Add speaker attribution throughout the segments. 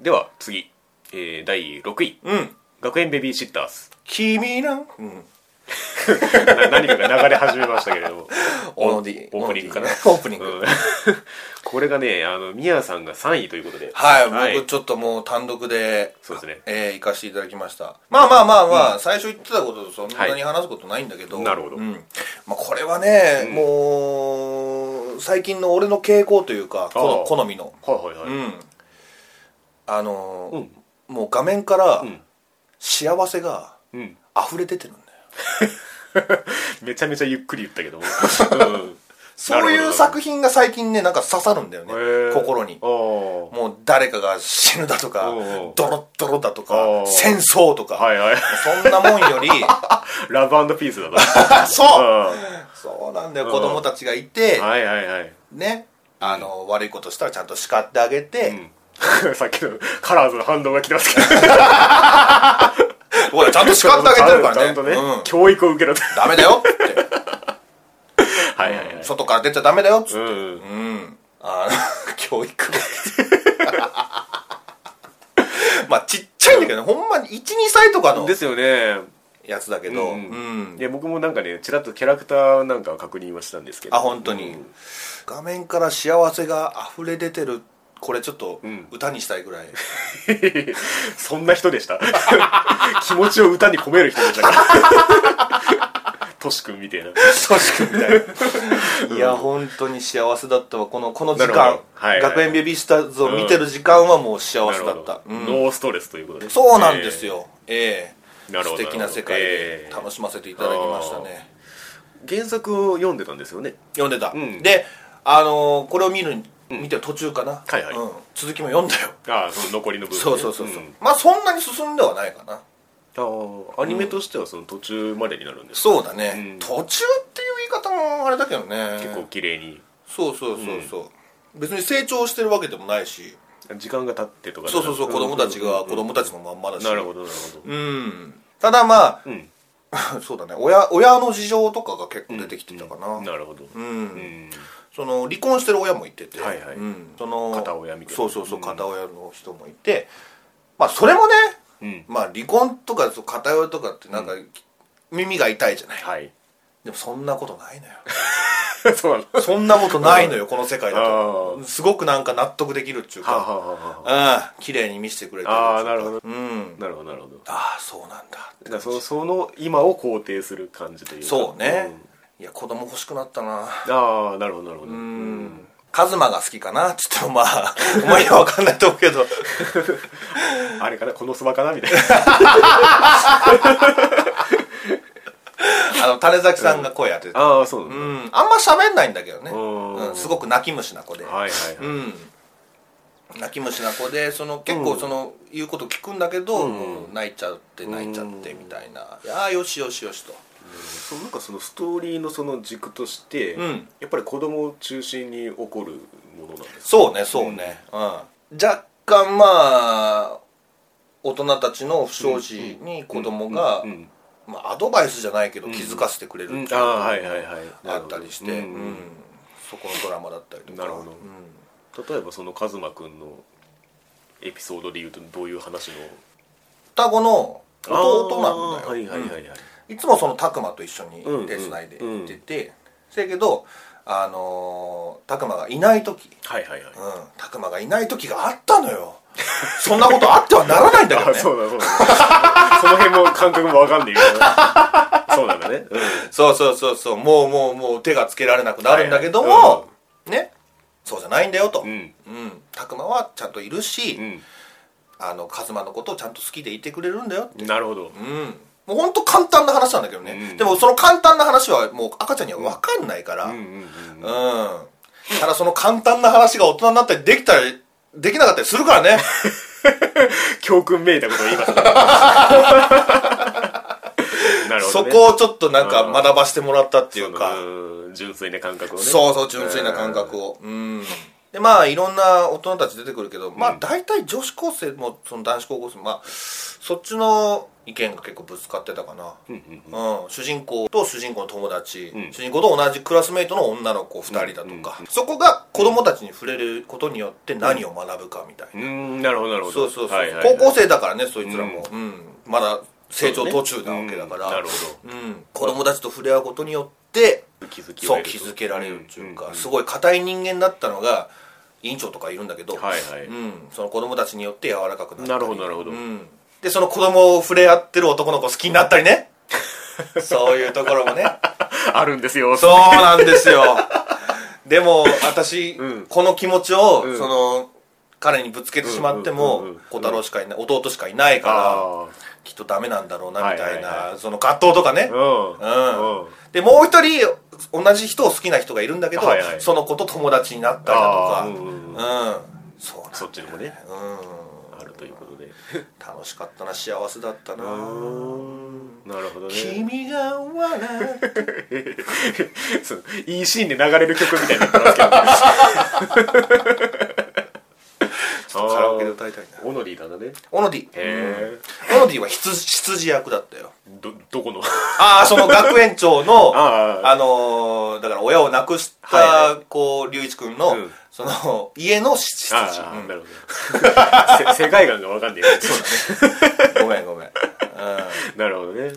Speaker 1: では次、えー第6位
Speaker 2: うん
Speaker 1: 学園ベビーシッターズ
Speaker 2: 君なん、うん、
Speaker 1: な何かが流れ始めましたけれども
Speaker 2: オノディ
Speaker 1: オープニングかな
Speaker 2: オープニング
Speaker 1: うんこれがねあのミヤさんが3位ということでは
Speaker 2: はい、僕ちょっともう単独で
Speaker 1: そうですね
Speaker 2: えー行かせていただきましたまあまあまあまあ、最初言ってたこととそんな
Speaker 1: は
Speaker 2: に
Speaker 1: い
Speaker 2: 話すことないんだけど、
Speaker 1: なるほど
Speaker 2: うんまあ、これはね、もう最近の俺の傾向というかこの好みの
Speaker 1: はいはいは
Speaker 2: う
Speaker 1: い、
Speaker 2: んあのー
Speaker 1: うん
Speaker 2: もう画面から
Speaker 1: ん
Speaker 2: 幸せが
Speaker 1: うん
Speaker 2: 溢れ出てるんだよ、
Speaker 1: めちゃめちゃゆっくり言ったけ ども、うん
Speaker 2: そういう作品が最近ねなんか刺さるんだよね
Speaker 1: へー
Speaker 2: 心に
Speaker 1: あー
Speaker 2: もう誰かが死ぬだとか
Speaker 1: おうおう
Speaker 2: ドロッドロだと
Speaker 1: おうお
Speaker 2: か
Speaker 1: う
Speaker 2: 戦争とか、
Speaker 1: はいはい
Speaker 2: そんなもんより
Speaker 1: ラブピースだと
Speaker 2: そう
Speaker 1: う
Speaker 2: そうなんだよ
Speaker 1: うん
Speaker 2: 子供たちがいて
Speaker 1: んはいはいはい
Speaker 2: ねあの悪いことしたらちゃんと叱ってあげて、
Speaker 1: うん さっきのカラーズの反動が来てますけど
Speaker 2: ほらちゃんと叱ってあげてるか
Speaker 1: ち
Speaker 2: ら
Speaker 1: ゃ
Speaker 2: ね
Speaker 1: んとね、
Speaker 2: うん、
Speaker 1: 教育を受けろと
Speaker 2: ダメ だよっ
Speaker 1: はいはいはい
Speaker 2: て外から出ちゃダメだよっつって
Speaker 1: うんうん
Speaker 2: うんあの 教育 まあちっちゃいんだけどねほんまに12歳とかの
Speaker 1: ですよね
Speaker 2: やつだけど、うん
Speaker 1: いや僕もなんかねちらっとキャラクターなんかを確認はしたんですけど
Speaker 2: あ本当に、
Speaker 1: うん
Speaker 2: 画面から幸せが溢れ出てるこれちょっと
Speaker 1: ん
Speaker 2: 歌にしたいぐ らい、
Speaker 1: そんな人でした 気持ちを歌に込める人でしたから トシ君みたいな
Speaker 2: トシ君みたいな いや本当に幸せだったわこのこの時
Speaker 1: なるほ
Speaker 2: 間
Speaker 1: ど、はい
Speaker 2: 学園ベビースターズを見てる時間はもう幸せだった、
Speaker 1: なるほ
Speaker 2: うん
Speaker 1: どノーストレスということで
Speaker 2: そうなんです
Speaker 1: え
Speaker 2: よええ
Speaker 1: なるほ
Speaker 2: 素
Speaker 1: ど
Speaker 2: 敵な世界で
Speaker 1: ええ
Speaker 2: 楽しませていただきましたね、
Speaker 1: ー原作を読んでたんですよね
Speaker 2: 読んでた、
Speaker 1: うん
Speaker 2: であのーこれを見る見てる途中かな、
Speaker 1: はいはい
Speaker 2: うん続きも読んだよ
Speaker 1: ああその残りの部分ね、
Speaker 2: そうそうそうそう、
Speaker 1: ん
Speaker 2: まあそんなに進んではないかな
Speaker 1: ああアニメとしてはその途中までになるんです、
Speaker 2: そうだね、
Speaker 1: うん
Speaker 2: 途中っていう言い方もあれだけどね
Speaker 1: 結構綺麗に
Speaker 2: そうそうそうそう、別に成長してるわけでもないし
Speaker 1: 時間が経ってとか
Speaker 2: そうそうそう子供たちが子供たちのまんまだし
Speaker 1: なるほどなるほど
Speaker 2: うんただま
Speaker 1: うん、
Speaker 2: あ そうだね親親の事情とかが結構出てきてたかな、
Speaker 1: なるほどうん、うん
Speaker 2: その離婚してる親もいてて、
Speaker 1: はいはい
Speaker 2: うん、その
Speaker 1: 片親みたいな
Speaker 2: そうそうそう
Speaker 1: うん
Speaker 2: 片親の人もいて、まあそれもね、
Speaker 1: うん
Speaker 2: まあ離婚とかそう片親とかってなんか、耳が痛いじゃない
Speaker 1: はい
Speaker 2: でもそんなことないのよ
Speaker 1: そうなの
Speaker 2: そんなことないのよこの世界だと
Speaker 1: あ
Speaker 2: すごくなんか納得できるっていう
Speaker 1: はあは
Speaker 2: か
Speaker 1: あはあは
Speaker 2: ああ綺麗に見せてくれてる
Speaker 1: ああなるほど
Speaker 2: うん
Speaker 1: あなるほどなるほど
Speaker 2: ああそうなんだ
Speaker 1: だからそのその今を肯定する感じというか
Speaker 2: そうね、いや子供欲しくなったな
Speaker 1: うんああなるほどなるほどうん
Speaker 2: カズマが好きかなちょっとまあ お前には分かんないと思うけど
Speaker 1: あれかなこのスマかなみたいな
Speaker 2: あの種崎さんが声当てて、
Speaker 1: ああそうな
Speaker 2: うん
Speaker 1: だ、
Speaker 2: あんま喋んないんだけどね、
Speaker 1: うん
Speaker 2: うんすごく泣き虫な子で、
Speaker 1: はいはいはい、
Speaker 2: うん泣き虫な子でその結構その、言うこと聞くんだけど、もう泣いちゃって泣いちゃってみたいな「いやあよしよしよし」と
Speaker 1: そのなんかそのストーリーのその軸として、
Speaker 2: うん
Speaker 1: やっぱり子供を中心に起こるものなんです
Speaker 2: そうねそうね、うん若干まあ大人たちの不祥事に子供が、
Speaker 1: うんうん
Speaker 2: まあ、アドバイスじゃないけど気づかせてくれるっていう
Speaker 1: ああはいはいはい
Speaker 2: あったりして、
Speaker 1: うん
Speaker 2: うんそこのドラマだったりとか
Speaker 1: なるほど
Speaker 2: うん
Speaker 1: 例えばそのカズマくんのエピソードでいうとどういう話の
Speaker 2: 双子の弟なんだよ、
Speaker 1: あーはいはいはいはい、
Speaker 2: うんいつもその拓磨と一緒に
Speaker 1: うんうん
Speaker 2: 手つないで行ってて、せやけどあのー拓磨がいない時
Speaker 1: はいはいはい
Speaker 2: うん拓磨がいない時があったの よそんなことあってはならないんだけど
Speaker 1: あ
Speaker 2: ね
Speaker 1: そうだ そうだその辺も感覚もわかんないけどそうなんだね、うん、
Speaker 2: そうそうそうそうもうもうもう手がつけられなくなるんだけども、
Speaker 1: はいは
Speaker 2: ねそうじゃないんだよと
Speaker 1: うん
Speaker 2: うん拓磨、はちゃんといるし、
Speaker 1: うん
Speaker 2: あのカズマのことをちゃんと好きでいてくれるんだよ
Speaker 1: なるほど、
Speaker 2: うんもう本当簡単な話なんだけどね、
Speaker 1: うん
Speaker 2: でもその簡単な話はもう赤ちゃんには分かんないからう、
Speaker 1: うんんうんうん
Speaker 2: ただその簡単な話が大人になったりできたりできなかったりするからね
Speaker 1: 教訓めいたことを言いま したねなるほど、
Speaker 2: そ
Speaker 1: ね、
Speaker 2: こをちょっとなんか学ばしてもらったっていう
Speaker 1: う
Speaker 2: か
Speaker 1: ーん純粋な感覚をね
Speaker 2: そうそう純粋な感覚をうんでまあいろんな大人たち出てくるけど、まあ大体女子高生もその男子高校生もまあそっちの意見が結構ぶつかってたかな、うん主人公と主人公の友達、
Speaker 1: うん
Speaker 2: 主人公と同じクラスメイトの女の子2人だとか、そこが子供たちに触れることによって何を学ぶかみたいな、
Speaker 1: うーんなるほどなるほど
Speaker 2: そうそうそう、
Speaker 1: はいはいはい
Speaker 2: 高校生だからねそいつらも、うんまだ成長途中なわけだから
Speaker 1: うんなるほ
Speaker 2: うん子供たちと触れ合うことによって
Speaker 1: 気づきを
Speaker 2: そう
Speaker 1: 得る
Speaker 2: 気
Speaker 1: と
Speaker 2: づけられるっていうか、
Speaker 1: うんうん
Speaker 2: すごい硬い人間だったのが委員長とかいるんだけど、
Speaker 1: はいはい
Speaker 2: うん、その子供たちによって柔らかくなったり
Speaker 1: なるほどなるほど
Speaker 2: うん、でその子供を触れ合ってる男の子好きになったり ねそういうところもね
Speaker 1: あるんですよ
Speaker 2: そうなんですよ でも私、
Speaker 1: うん
Speaker 2: この気持ちを、
Speaker 1: ん
Speaker 2: その彼にぶつけてしまって
Speaker 1: うんうんうん
Speaker 2: も
Speaker 1: うん
Speaker 2: 小太郎しかいない弟しかいないから
Speaker 1: あ
Speaker 2: きっとダメなんだろうなみたいな、
Speaker 1: はいはいは
Speaker 2: その葛藤とかね、
Speaker 1: あうん
Speaker 2: うん
Speaker 1: うん
Speaker 2: でもう一人同じ人を好きな人がいるんだけど、
Speaker 1: はいはい
Speaker 2: その子と友達になったりだとか
Speaker 1: あーうん
Speaker 2: うん、
Speaker 1: うん
Speaker 2: そうなんだ
Speaker 1: そっちのもね
Speaker 2: う
Speaker 1: あるということで
Speaker 2: ん楽しかったな幸せだったな
Speaker 1: なるほどね
Speaker 2: 君が笑 う
Speaker 1: そういいシーンで流れる曲みたいになってますけど
Speaker 2: カラオケで歌いたいな
Speaker 1: オノリーだね
Speaker 2: オノディ
Speaker 1: へ
Speaker 2: オノディは羊羊役だったよ
Speaker 1: えどどこの
Speaker 2: ああその学園長の
Speaker 1: ああ
Speaker 2: あのーだから親を亡くし
Speaker 1: はい
Speaker 2: たこう隆一君の、
Speaker 1: うん
Speaker 2: その 家の羊
Speaker 1: ああ
Speaker 2: うん
Speaker 1: なるほど せ世界観がわかんない
Speaker 2: ごめんごめん、うん、
Speaker 1: なるほどね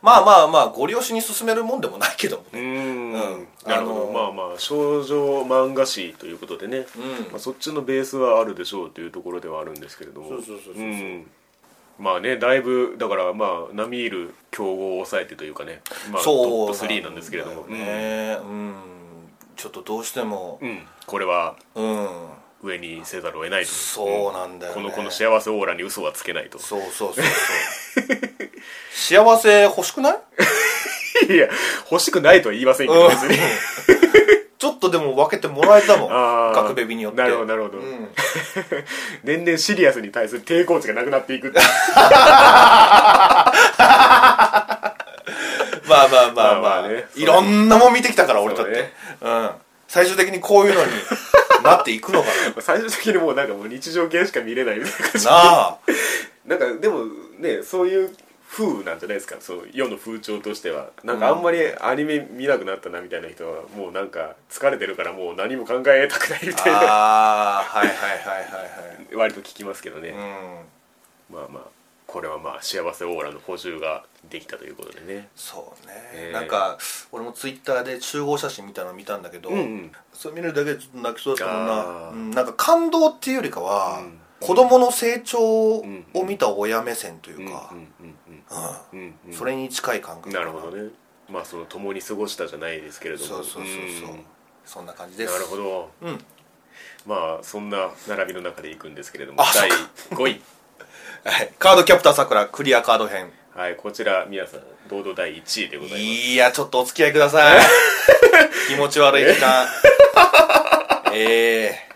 Speaker 2: まあまあまあご利用しに進めるもんでもないけども
Speaker 1: う
Speaker 2: ね
Speaker 1: ん
Speaker 2: うん
Speaker 1: なるほど
Speaker 2: あのー
Speaker 1: まあまあ少女漫画誌ということでね
Speaker 2: うん
Speaker 1: まあそっちのベースはあるでしょうというところではあるんですけれども
Speaker 2: そうそうそうそうそうん
Speaker 1: まあねだいぶだからまあ並みいる競合を抑えてというかねまあトップ3なんですけれども
Speaker 2: そうなんだよねうん、ちょっとどうしても
Speaker 1: うんうんこれは
Speaker 2: うん、
Speaker 1: 上にせざるを得ないと
Speaker 2: そうなんだよね
Speaker 1: この子の幸せオーラに嘘はつけないと
Speaker 2: そうそうそうそう幸せ欲しくない
Speaker 1: いや欲しくないとは言いませんけど別 に
Speaker 2: ちょっとでも分けてもらえたもん
Speaker 1: あー
Speaker 2: 学ベビによって
Speaker 1: なるほどなるほど
Speaker 2: うん
Speaker 1: 年々シリアスに対する抵抗値がなくなっていくっていう ま
Speaker 2: まあまあまあ
Speaker 1: あ
Speaker 2: ま
Speaker 1: まあ
Speaker 2: あ
Speaker 1: ね
Speaker 2: いろんなもん見てきたから俺だって、
Speaker 1: そうね
Speaker 2: うん最終的にこういうのになっていく のか
Speaker 1: 最終的にもうなんかもう日常系しか見れないみたいな感
Speaker 2: ななあ
Speaker 1: じなんかでもねそういう風なんじゃないですかその世の風潮としてはなんかあんまりアニメ見なくなったなみたいな人はもうなんか疲れてるからもう何も考えたくないみたいな
Speaker 2: ああはいはいはいはいはい
Speaker 1: 割と聞きますけどね、
Speaker 2: うん
Speaker 1: まあまあこれはまあ幸せオーラの補充ができたということでね
Speaker 2: そうね、
Speaker 1: えー
Speaker 2: なんか俺もツイッターで集合写真みたいなの見たんだけど、
Speaker 1: うんうん
Speaker 2: それ見るだけでちょっと泣きそうだったもんな、
Speaker 1: あー
Speaker 2: うん、なんか感動っていうよりかは、
Speaker 1: うん
Speaker 2: 子供の成長を見た親目線というか、
Speaker 1: うんうんうん
Speaker 2: う
Speaker 1: うんんうん
Speaker 2: それに近い感覚
Speaker 1: なるほどねまあその共に過ごしたじゃないですけれども
Speaker 2: そうそうそうそう、
Speaker 1: ん
Speaker 2: そんな感じです
Speaker 1: なるほど
Speaker 2: ど、うん、
Speaker 1: まあそんな並びの中でいくんですけれども
Speaker 2: あ
Speaker 1: 第5位
Speaker 2: はいカードキャプターさくらクリアカード編
Speaker 1: はいこちら皆さん堂々第1位でございます
Speaker 2: いやちょっとお付き合いください 気持ち悪い時 間ええ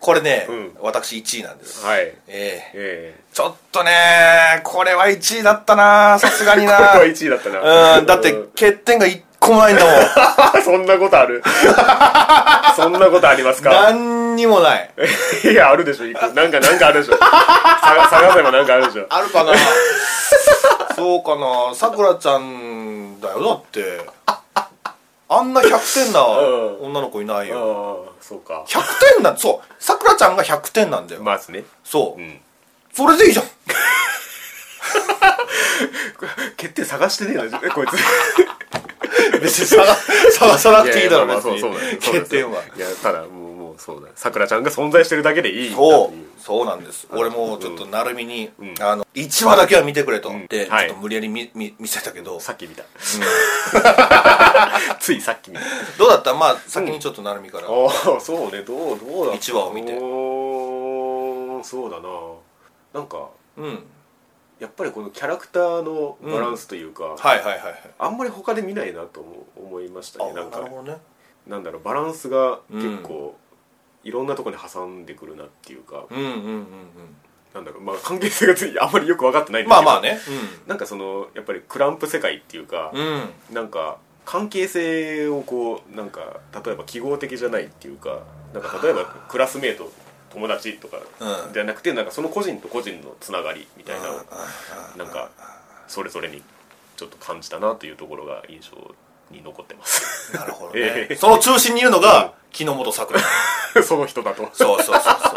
Speaker 2: これね、
Speaker 1: うん
Speaker 2: 私1位なんです、
Speaker 1: はい
Speaker 2: ええ
Speaker 1: え
Speaker 2: ちょっとねこれは1位だったなさすがに
Speaker 1: えこ
Speaker 2: な
Speaker 1: れは1位だったな
Speaker 2: うんだって
Speaker 1: うん
Speaker 2: 欠点が1個もないんだもん
Speaker 1: そんなことある そんなことありますか
Speaker 2: 何にもない
Speaker 1: いやあるでしょ一個なんかなんかあるでしょ探探せばなんかあるでしょ
Speaker 2: あるかなそうかなさくらちゃんだよだってあんな100点な
Speaker 1: うん
Speaker 2: 女の子いないよ
Speaker 1: ああそうか
Speaker 2: 100点なんそうさくらちゃんが100点なんだよ、
Speaker 1: まずね
Speaker 2: そ う、
Speaker 1: ん
Speaker 2: それでいいじゃん
Speaker 1: 欠点探してねえなえこいつ
Speaker 2: 別に探探さなくていいだろ
Speaker 1: ややまあ
Speaker 2: 別
Speaker 1: そうそう
Speaker 2: に
Speaker 1: なんです
Speaker 2: 欠点は
Speaker 1: そうなんですいやただもうもうそうださくらちゃんが存在してるだけでいいんだっていう
Speaker 2: そうそうなんです俺もちょっと成海に、
Speaker 1: ん
Speaker 2: あの1話だけは見てくれと、で、
Speaker 1: はい
Speaker 2: ちょっと無理やり見見見せたけど
Speaker 1: さっき見たついさっき見た
Speaker 2: どうだったまあ先にちょっと成海から、
Speaker 1: ああそうねどうどうだ
Speaker 2: 一話を見て
Speaker 1: おーそうだななんか
Speaker 2: うん、
Speaker 1: やっぱりこのキャラクターのバランスというか、
Speaker 2: はいはいはいはい
Speaker 1: あんまり他で見ないなと思思いましたね
Speaker 2: あ
Speaker 1: なん
Speaker 2: なる
Speaker 1: か
Speaker 2: ほどね
Speaker 1: なんだろうバランスが結構、いろんなところに挟んでくるなっていうか、
Speaker 2: うんうんうんうん
Speaker 1: なんだろうまあ関係性がついあんまりよく分かってないんだ
Speaker 2: まあ
Speaker 1: けど
Speaker 2: まあね
Speaker 1: なんかそのやっぱりクランプ世界っていうか、
Speaker 2: うん、うん、
Speaker 1: なんか関係性をこうなんか例えば記号的じゃないっていうかなんか例えばクラスメート友達とか
Speaker 2: うん
Speaker 1: じゃなくてなんかその個人と個人のつながりみたいなのを
Speaker 2: う
Speaker 1: なんかそれぞれにちょっと感じたなというところが印象に残ってます
Speaker 2: なるほど
Speaker 1: え
Speaker 2: ね、
Speaker 1: え
Speaker 2: その中心にいるのが木之本桜
Speaker 1: その人だ と
Speaker 2: そうそうそう そ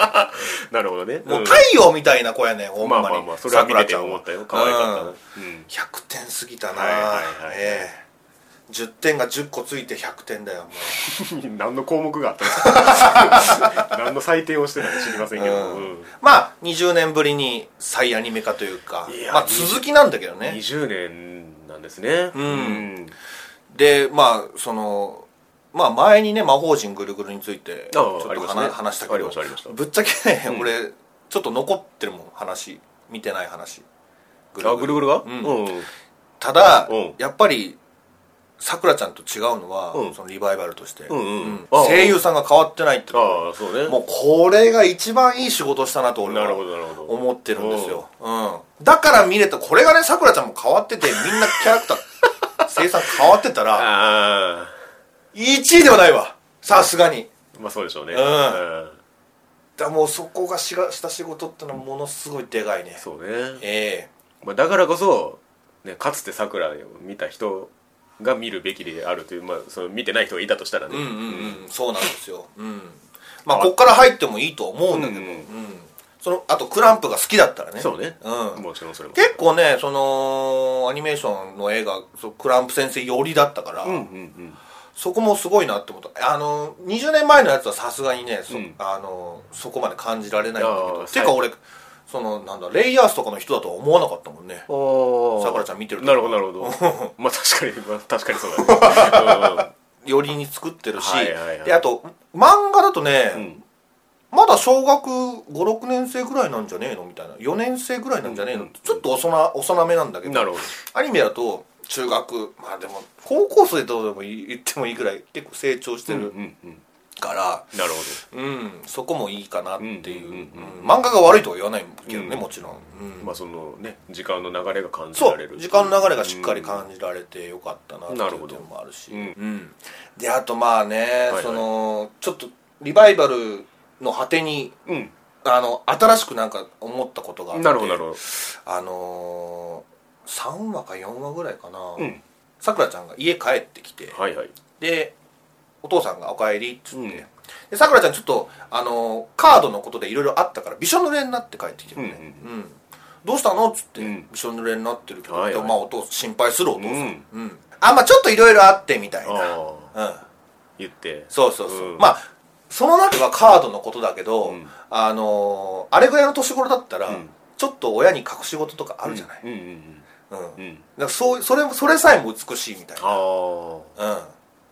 Speaker 1: なるほどね
Speaker 2: うもう
Speaker 1: うん
Speaker 2: 太陽みたいな子やねほん
Speaker 1: ま
Speaker 2: ま
Speaker 1: あ
Speaker 2: に、
Speaker 1: まあまあそれは見てて思ったよ可愛かったな
Speaker 2: うん
Speaker 1: うん
Speaker 2: 100点過ぎたな、
Speaker 1: はいはいはい
Speaker 2: ええ10点が10個ついて100点だよもう
Speaker 1: 何の項目があったの 何の採点をしてたか知りませんけど、
Speaker 2: う
Speaker 1: うんん
Speaker 2: まあ20年ぶりに再アニメ化というか
Speaker 1: いや
Speaker 2: まあ続きなんだけどね
Speaker 1: 20年なんですねうん
Speaker 2: でまあそのまあ前にね魔法陣ぐるぐるについてち
Speaker 1: ああ
Speaker 2: ょっと
Speaker 1: ありました
Speaker 2: 話
Speaker 1: ね
Speaker 2: 話したけ
Speaker 1: あり
Speaker 2: ど
Speaker 1: ましたありました
Speaker 2: ぶっちゃけね、俺ちょっと残ってるもん話見てない話ぐる
Speaker 1: あ
Speaker 2: ぐ
Speaker 1: ぐる
Speaker 2: る
Speaker 1: ぐるが
Speaker 2: うん
Speaker 1: うん
Speaker 2: ただ、
Speaker 1: うん
Speaker 2: やっぱりさくらちゃんと違うのは、
Speaker 1: うん
Speaker 2: そのリバイバルとして、
Speaker 1: うんうん
Speaker 2: うん
Speaker 1: ああ
Speaker 2: 声優さんが変わってないってとこ
Speaker 1: ああそうね
Speaker 2: もうこれが一番いい仕事したなと俺
Speaker 1: なるほ
Speaker 2: は
Speaker 1: どなるほど
Speaker 2: 思ってるんですよ、うん、だから見れたこれがねさくらちゃんも変わっててみんなキャラクター 生産変わって たら
Speaker 1: あ
Speaker 2: 1位ではないわさすがに
Speaker 1: あまあそうでしょうね
Speaker 2: うんだからもうそこがしがした仕事ってのはものすごいでかいね
Speaker 1: そうね、
Speaker 2: え
Speaker 1: まあ、だからこそ、ね、かつてさくらを見た人が見るべきであるという、まあ、その見てない人がいたとしたらね
Speaker 2: えうんうんうんそうなんですようんまあこっから入ってもいいと思うんだけど、
Speaker 1: うんうん
Speaker 2: そのあとクランプが好きだったらね
Speaker 1: そうね、
Speaker 2: うん
Speaker 1: もちろんそれも
Speaker 2: 結構ねそのアニメーションの映画そうクランプ先生寄りだったから、
Speaker 1: うんうん
Speaker 2: そこもすごいなって思ったあの20年前のやつはさすがにねそ,、
Speaker 1: うん
Speaker 2: あのそこまで感じられないんだ
Speaker 1: あ
Speaker 2: けど
Speaker 1: ー
Speaker 2: てか俺そのなんだレイヤースとかの人だとは思わなかったもんね
Speaker 1: うん
Speaker 2: さくらちゃん見てると
Speaker 1: なるほどなるほ どまあ確かに、まあ、確かにそうだね、
Speaker 2: よりに作ってるし、
Speaker 1: はいはいはい
Speaker 2: であと漫画だとね、
Speaker 1: うんうん
Speaker 2: まだ小学56年生ぐらいなんじゃねえのみたいな4年生ぐらいなんじゃねえの、
Speaker 1: うん
Speaker 2: ちょっと幼な幼めなんだけど
Speaker 1: なるほど
Speaker 2: アニメだと中学まあでも高校生とでも言ってもいいぐらい結構成長して
Speaker 1: うんう
Speaker 2: る
Speaker 1: んうん
Speaker 2: から
Speaker 1: なるほ
Speaker 2: うん、そこもいいかなっていう,、
Speaker 1: う
Speaker 2: うんん
Speaker 1: うんうん
Speaker 2: 漫画が悪いとは言わないけどね、
Speaker 1: うん
Speaker 2: もちろん、うん
Speaker 1: どまあそのね時間の流れが感じ
Speaker 2: そ
Speaker 1: られる
Speaker 2: う時間の流れがしっかり感じられてよかったなって
Speaker 1: ないる
Speaker 2: う
Speaker 1: ほど
Speaker 2: 点もあるし、
Speaker 1: うん
Speaker 2: うんであとまあね、
Speaker 1: はい
Speaker 2: そのちょっとリバイバルの果てに
Speaker 1: うん、うん
Speaker 2: あの新しくなんか思ったことがあって
Speaker 1: なるほどなるほど
Speaker 2: あのー、3話か4話ぐらいかな、
Speaker 1: うん
Speaker 2: さくらちゃんが家帰ってきて
Speaker 1: はいはい
Speaker 2: でお父さんが「おかえり」っつって、
Speaker 1: うん
Speaker 2: でさくらちゃんちょっと、あのーカードのことでいろいろあったからびしょ濡れになって帰ってきてるね、うんどうしたのっつって、
Speaker 1: うん
Speaker 2: びしょ濡れになってるけど、
Speaker 1: はいはい
Speaker 2: でもまあお父心配するお父さん、
Speaker 1: うん
Speaker 2: うんあまあちょっといろいろあってみたいな、
Speaker 1: ああ
Speaker 2: うん、
Speaker 1: 言って
Speaker 2: そうそうそう、
Speaker 1: うん
Speaker 2: まあその中ではカードのことだけど、
Speaker 1: うん
Speaker 2: あのーあれぐらいの年頃だったら、
Speaker 1: うん
Speaker 2: ちょっと親に隠し事とかあるじゃない、
Speaker 1: うんうん
Speaker 2: うん
Speaker 1: うんうん
Speaker 2: だからそうそれもそれさえも美しいみたい
Speaker 1: ああは
Speaker 2: な、うん、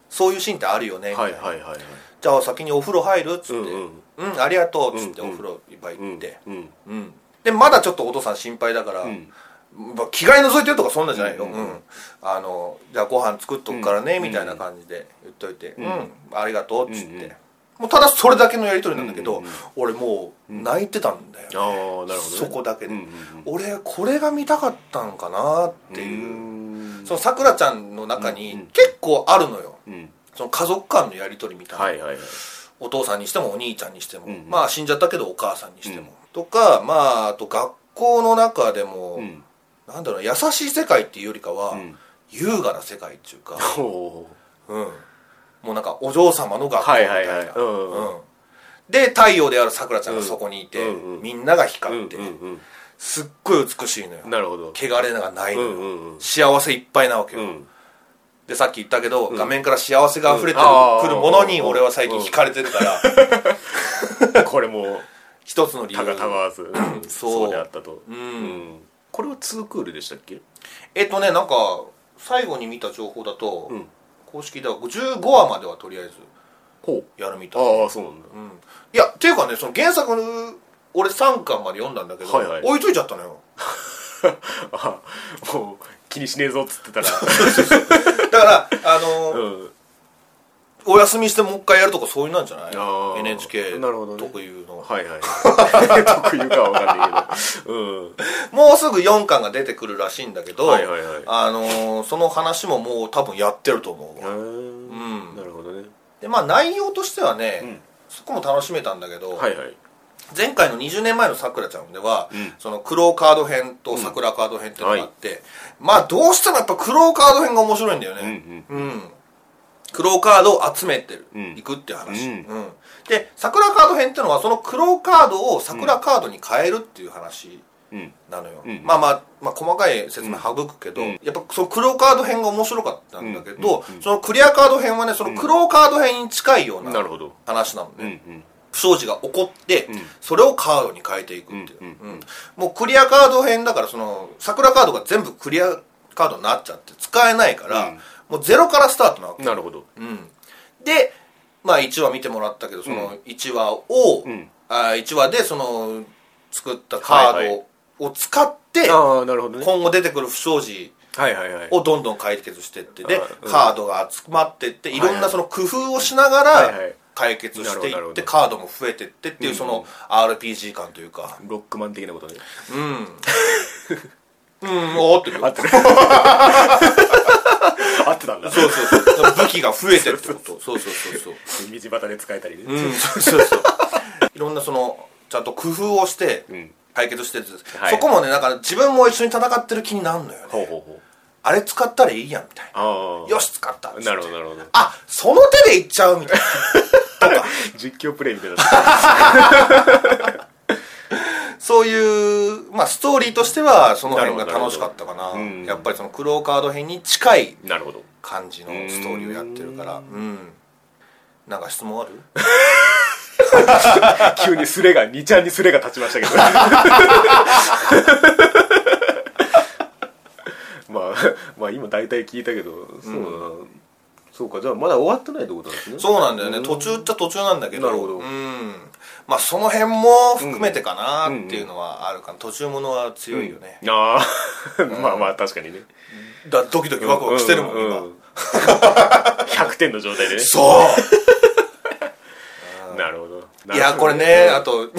Speaker 2: そういうシーンってあるよね、
Speaker 1: い
Speaker 2: みた
Speaker 1: はいい
Speaker 2: な
Speaker 1: はいはい
Speaker 2: じゃあ先にお風呂入るっつって、
Speaker 1: う
Speaker 2: うんん
Speaker 1: うん
Speaker 2: ありがとうっつって
Speaker 1: うん
Speaker 2: お
Speaker 1: うん
Speaker 2: 風呂いっぱい行って、
Speaker 1: うんうん
Speaker 2: うんでまだちょっとお父さん心配だから、
Speaker 1: うん
Speaker 2: まあ着替え覗いてるとかそんなんじゃないよ、
Speaker 1: う
Speaker 2: うんん
Speaker 1: うんうん
Speaker 2: あのじゃあご飯作っとくからね、
Speaker 1: うん
Speaker 2: みたいな感じで言っといて、うんんありがとうっつって、
Speaker 1: うんうん
Speaker 2: もうただそれだけのやり取りなんだけど、
Speaker 1: うんうんうん
Speaker 2: 俺もう泣いてたんだよ、
Speaker 1: ああなるほどね
Speaker 2: そこだけで、
Speaker 1: うんうん
Speaker 2: 俺これが見たかったんかなっていう、
Speaker 1: うん
Speaker 2: そのさくらちゃんの中
Speaker 1: うんうん
Speaker 2: に結構あるのよ
Speaker 1: うん
Speaker 2: その家族間のやり取りみたいな、
Speaker 1: はいはいはい
Speaker 2: お父さんにしてもお兄ちゃんにしても、
Speaker 1: うんうん
Speaker 2: まあ死んじゃったけどお母さんにしても、
Speaker 1: うん
Speaker 2: とかまああと学校の中でも、
Speaker 1: うん
Speaker 2: なんだろう優しい世界っていうよりかは、
Speaker 1: うん
Speaker 2: 優雅な世界っていうか、
Speaker 1: おー
Speaker 2: うん、もうなんかお嬢様の学校
Speaker 1: は
Speaker 2: みた
Speaker 1: い
Speaker 2: いな、
Speaker 1: はいはいうんうん
Speaker 2: うんで太陽であるさくらちゃんがそこにいて、
Speaker 1: うんうんうん
Speaker 2: みんなが
Speaker 1: う
Speaker 2: 光
Speaker 1: ん
Speaker 2: って、
Speaker 1: うん
Speaker 2: すっごい美しいのよ
Speaker 1: うんなるほど
Speaker 2: 汚れがないのよ、
Speaker 1: うんうんうん
Speaker 2: 幸せいっぱいなわけ
Speaker 1: う
Speaker 2: よ、
Speaker 1: ん
Speaker 2: でさっき言ったけど、
Speaker 1: ん
Speaker 2: 画面から幸せが溢れて
Speaker 1: うんあー
Speaker 2: くるものに俺は最近惹かれてるから、
Speaker 1: これも
Speaker 2: 一つの理由
Speaker 1: たがたがわずうん
Speaker 2: そ
Speaker 1: そ
Speaker 2: う
Speaker 1: うであったと
Speaker 2: うん
Speaker 1: うんこれはツークールでしたっけ
Speaker 2: えっとねなんか最後に見た情報だと、
Speaker 1: うん
Speaker 2: 公式では15話まではとりあえず
Speaker 1: ほう
Speaker 2: やるみたい、
Speaker 1: ああそうなんだ
Speaker 2: うん、いやっていうかねその原作の俺3巻まで読んだんだけど、
Speaker 1: はいはい
Speaker 2: 置いといちゃったのよ
Speaker 1: あ もう気にしねえぞっつってたら
Speaker 2: だからあのー
Speaker 1: うん
Speaker 2: お休みしてもう一回やるとかそういうなんじゃない
Speaker 1: あー
Speaker 2: NHK
Speaker 1: なるほどね
Speaker 2: 特有の、
Speaker 1: はい はい特有かは分かんないけどうん
Speaker 2: もうすぐ4巻が出てくるらしいんだけど、
Speaker 1: はいはいはい
Speaker 2: あのーその話ももう多分やってると思うわ、
Speaker 1: うんなるほどね
Speaker 2: でまあ内容としてはね、
Speaker 1: ん
Speaker 2: そこも楽しめたんだけど、
Speaker 1: はいはい
Speaker 2: 前回の20年前のさくらちゃんでは、
Speaker 1: ん
Speaker 2: その苦労カード編と桜カード編っていうのがあって、まあどうしてもやっぱ苦労カード編が面白いんだよ
Speaker 1: うんう
Speaker 2: ね
Speaker 1: ん
Speaker 2: うん、苦労カードを集めてる、
Speaker 1: うん
Speaker 2: いくっていう話、
Speaker 1: うん
Speaker 2: うんで桜カード編っていうのはその苦労カードを桜カードに変えるっていう話
Speaker 1: うん
Speaker 2: なのよ、
Speaker 1: うん
Speaker 2: まあまあ、まあ、細かい説明省くけど、
Speaker 1: うん
Speaker 2: やっぱその黒カード編が面白かったんだけど、
Speaker 1: うんうん
Speaker 2: そのクリアカード編はねその黒カード編に近いよう
Speaker 1: な
Speaker 2: な
Speaker 1: るほど
Speaker 2: 話なのね、
Speaker 1: うんうん
Speaker 2: 不祥事が起こって、
Speaker 1: ん
Speaker 2: それをカードに変えていくっていう、
Speaker 1: うん
Speaker 2: うんもうクリアカード編だからその桜カードが全部クリアカードになっちゃって使えないから、
Speaker 1: うん
Speaker 2: もうゼロからスタートなわけ、
Speaker 1: なるほど
Speaker 2: うんで、まあ、1話見てもらったけどその1話を、
Speaker 1: ん
Speaker 2: あ1話でその作ったカ
Speaker 1: はいは
Speaker 2: ー
Speaker 1: い
Speaker 2: ドを使って、
Speaker 1: ああなるほどね
Speaker 2: 今後出てくる不祥事
Speaker 1: はいはいはい
Speaker 2: をどんどん解決してってで、
Speaker 1: あうん
Speaker 2: カードが集まってっていろ
Speaker 1: は
Speaker 2: ん
Speaker 1: いは
Speaker 2: ないその工夫をしなが
Speaker 1: はい
Speaker 2: ら
Speaker 1: はい
Speaker 2: 解決して
Speaker 1: なる
Speaker 2: い
Speaker 1: ほ
Speaker 2: っ
Speaker 1: ど
Speaker 2: てカードも増えてってっていううんその RPG 感というか
Speaker 1: ロックマン的なことね
Speaker 2: うんうんおーってる
Speaker 1: 合って る合ってたんだ
Speaker 2: そう そうそう武器が増えてるってことそうそうそうそう
Speaker 1: 道端で使えたりね
Speaker 2: うんそうそうそういろんなそのちゃんと工夫をして
Speaker 1: ん
Speaker 2: 解決してるんです、
Speaker 1: はい
Speaker 2: そこもねなんか自分も一緒に戦ってる気になるのよね
Speaker 1: ほうほうほう
Speaker 2: あれ使ったらいいやんみたい
Speaker 1: あ
Speaker 2: な
Speaker 1: あ
Speaker 2: よし使ったっつって
Speaker 1: なるほどなるほど
Speaker 2: あその手でいっちゃうみたいな
Speaker 1: 実況プレイみたいになってる
Speaker 2: そういう、まあ、ストーリーとしてはその辺
Speaker 1: な
Speaker 2: が
Speaker 1: るほど
Speaker 2: 楽しかったかな
Speaker 1: なるほどうん
Speaker 2: やっぱりそのクローカード編に近い
Speaker 1: なるほど
Speaker 2: 感じのストーリーをやってるからうんなんか質問ある
Speaker 1: 急にスレが2ちゃんにスレが立ちましたけど まあまあ今大体聞いたけどそうだな、そうかじゃあまだ終わってないってことなんですね
Speaker 2: そうなんだよね途中っちゃ途中なんだけど
Speaker 1: なるほど
Speaker 2: うんまあその辺も含めてかなっていうのはあるかな途中ものは強いよね
Speaker 1: ああまあまあ確かにね
Speaker 2: だドキドキワクワクしてるもん
Speaker 1: う
Speaker 2: 今
Speaker 1: ん100点の状態でね
Speaker 2: そう
Speaker 1: なるほど
Speaker 2: いやこれねあ と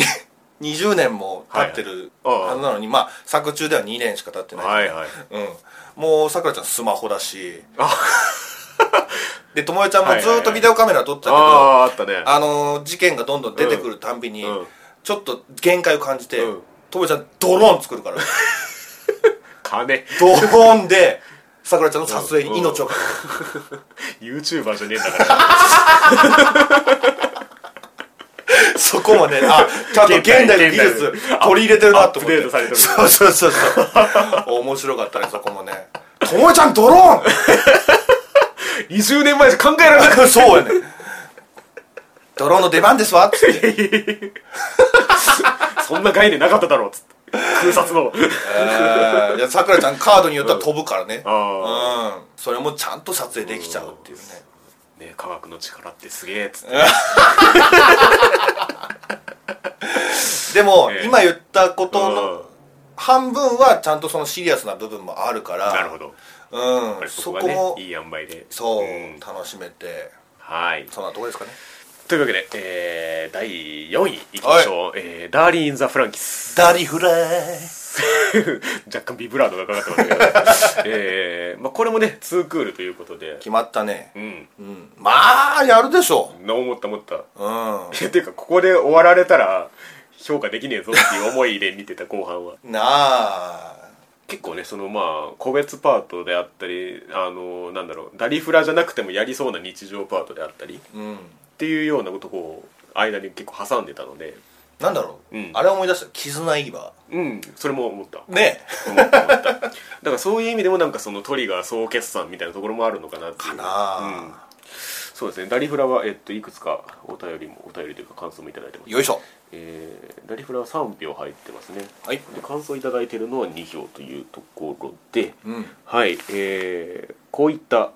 Speaker 2: 20年も経ってる
Speaker 1: はいはいああ
Speaker 2: はずなのにまあ作中では2年しか経ってない
Speaker 1: はいはい
Speaker 2: うん、もうさくらちゃんスマホだし
Speaker 1: あ
Speaker 2: でともえちゃんもずっとビデオカメラ撮ってたけど、
Speaker 1: ああーあったね
Speaker 2: あのー事件がどんどん出てくるたんびに、
Speaker 1: うんうん
Speaker 2: ちょっと限界を感じて、
Speaker 1: うん
Speaker 2: ともえちゃんドローン作るから
Speaker 1: 金
Speaker 2: ドローンでさくらちゃんの撮影に命をかけて
Speaker 1: YouTuber じゃねえんだから
Speaker 2: そこまであちゃんと現代の技術
Speaker 1: 現
Speaker 2: 取り入れてるなと思って
Speaker 1: アップデートされてる
Speaker 2: そうそうそうそう面白かったねそこもねともえちゃんドローン
Speaker 1: 20年前じゃ考えられない
Speaker 2: そうやねドローンの出番ですわっつって
Speaker 1: そんな概念なかっただろうっつって空撮の
Speaker 2: えーいやさくらちゃんカードによっては飛ぶからねうん
Speaker 1: あ
Speaker 2: それもちゃんと撮影できちゃうっていうね
Speaker 1: ね科学の力ってすげえっつって
Speaker 2: でも、
Speaker 1: ええ
Speaker 2: 今言ったこと
Speaker 1: うん
Speaker 2: の半分はちゃんとそのシリアスな部分もあるから
Speaker 1: なるほどやっ
Speaker 2: ど、
Speaker 1: ぱ
Speaker 2: うん、
Speaker 1: り
Speaker 2: そ
Speaker 1: そ
Speaker 2: こ
Speaker 1: こが
Speaker 2: も
Speaker 1: ねいい塩梅で
Speaker 2: そう、
Speaker 1: ん
Speaker 2: 楽しめて
Speaker 1: はい
Speaker 2: そんなとこですかね
Speaker 1: というわけで、えー、第4位いきましょう、えー、ダーリン・ザ・フランキス
Speaker 2: ダリフライ
Speaker 1: 若干ビブラートがかかってますけど、 えーまあ、これもねツークールということで
Speaker 2: 決まったね、
Speaker 1: うん
Speaker 2: うん、まあやるでしょ
Speaker 1: な思った思った
Speaker 2: う、う
Speaker 1: えていうかここで終わられたら評価できねえぞっていう思いで見てた後半は
Speaker 2: ん、なあ
Speaker 1: 結構ねそのまあ個別パートであったりあのなんだろうダリフラじゃなくてもやりそうな日常パートであったりっ
Speaker 2: うん
Speaker 1: ていうようなことを間に結構挟んでたので
Speaker 2: なんだろう、
Speaker 1: うん
Speaker 2: あれ思い出した絆いいわ
Speaker 1: うんそれも思った
Speaker 2: ね
Speaker 1: 思った思っただからそういう意味でもなんかそのトリガー総決算みたいなところもあるのかなっていう
Speaker 2: かな
Speaker 1: うんそうですねダリフラは、えっと、いくつかお便りもお便りというか感想もいただいてます
Speaker 2: よいしょ
Speaker 1: えーダリフラは3票入ってますね
Speaker 2: はい
Speaker 1: で感想いただいてるのは2票というところで、
Speaker 2: うん
Speaker 1: はい、えーこういった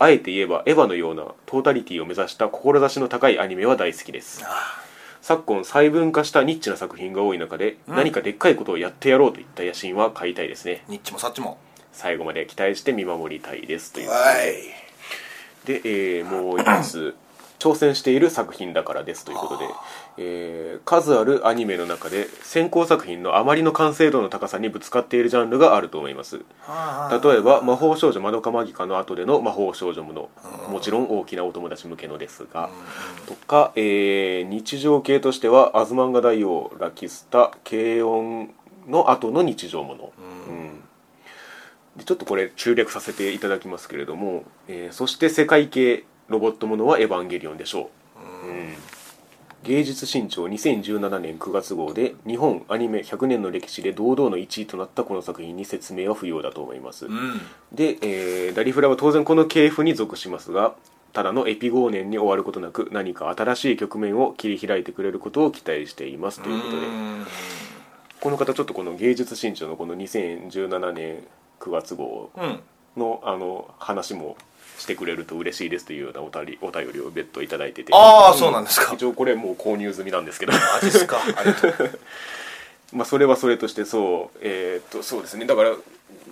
Speaker 1: あえて言えばエヴァのようなトータリティを目指した志の高いアニメは大好きです
Speaker 2: あ
Speaker 1: 昨今細分化したニッチな作品が多い中で、
Speaker 2: うん
Speaker 1: 何かでっかいことをやってやろうといった野心は買いたいですね
Speaker 2: ニッチもサッチも
Speaker 1: 最後まで期待して見守りたいですという
Speaker 2: はい
Speaker 1: で、えーもう一 つ挑戦している作品だからですということで、えー数あるアニメの中で先行作品のあまりの完成度の高さにぶつかっているジャンルがあると思います
Speaker 2: 例
Speaker 1: 例えば「魔法少女まどかマギカ」の後での「魔法少女もの」もちろん大きなお友達向けのですが、とか、えー日常系としては「アズマンガ大王」「ラキスタ」「軽音」の後の日常もの、うんでちょっとこれ中略させていただきますけれども、えーそして世界系ロボットものは「エヴァンゲリオン」でしょう、うん芸術新潮2017年9月号で日本アニメ100年の歴史で堂々の1位となったこの作品に説明は不要だと思います、
Speaker 2: うん
Speaker 1: で、えーダリフラは当然この系譜に属しますがただのエピゴー年に終わることなく何か新しい局面を切り開いてくれることを期待していますということで
Speaker 2: うん
Speaker 1: この方ちょっとこの芸術新潮のこの2017年9月号
Speaker 2: うん
Speaker 1: のあの話もしてくれると嬉しいですというようなおたりお便りを別途いただいてて
Speaker 2: ああそうなんですか
Speaker 1: 一応これもう購入済みなんですけど
Speaker 2: マジっすかありがとう
Speaker 1: まあそれはそれとしてそうえーっとそうですねだから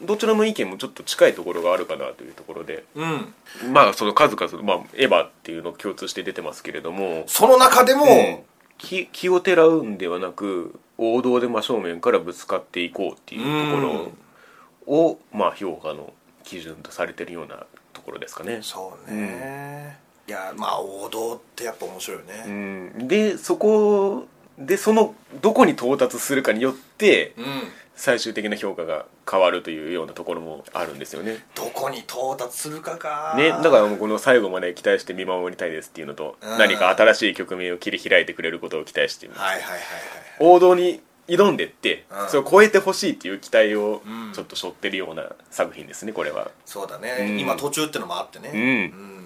Speaker 1: どちらの意見もちょっと近いところがあるかなというところで
Speaker 2: うん
Speaker 1: まあその数々、まあ、エヴァっていうの共通して出てますけれども、
Speaker 2: その中でも
Speaker 1: き気をてらうんではなく王道で真正面からぶつかっていこうっていうところを、まあ、評価の基準とされてるようなところですかね。
Speaker 2: そうねいやまあ王道ってやっぱ面白いよ
Speaker 1: う
Speaker 2: ね
Speaker 1: ん、でそこでそのどこに到達するかによって
Speaker 2: うん
Speaker 1: 最終的な評価が変わるというようなところもあるんですよね。
Speaker 2: どこに到達するかが
Speaker 1: ね、だからもうこの最後まで期待して見守りたいですっていうのと
Speaker 2: うん
Speaker 1: 何か新しい局面を切り開いてくれることを期待しています
Speaker 2: はいはいはいはい
Speaker 1: 王道に挑んでって、
Speaker 2: うん
Speaker 1: それを超えてほしいっていう期待を
Speaker 2: うん
Speaker 1: ちょっと背負ってるような作品ですねこれは、
Speaker 2: そうだ
Speaker 1: う
Speaker 2: ね
Speaker 1: ん
Speaker 2: 今途中ってのもあって
Speaker 1: う
Speaker 2: ね
Speaker 1: ん
Speaker 2: うん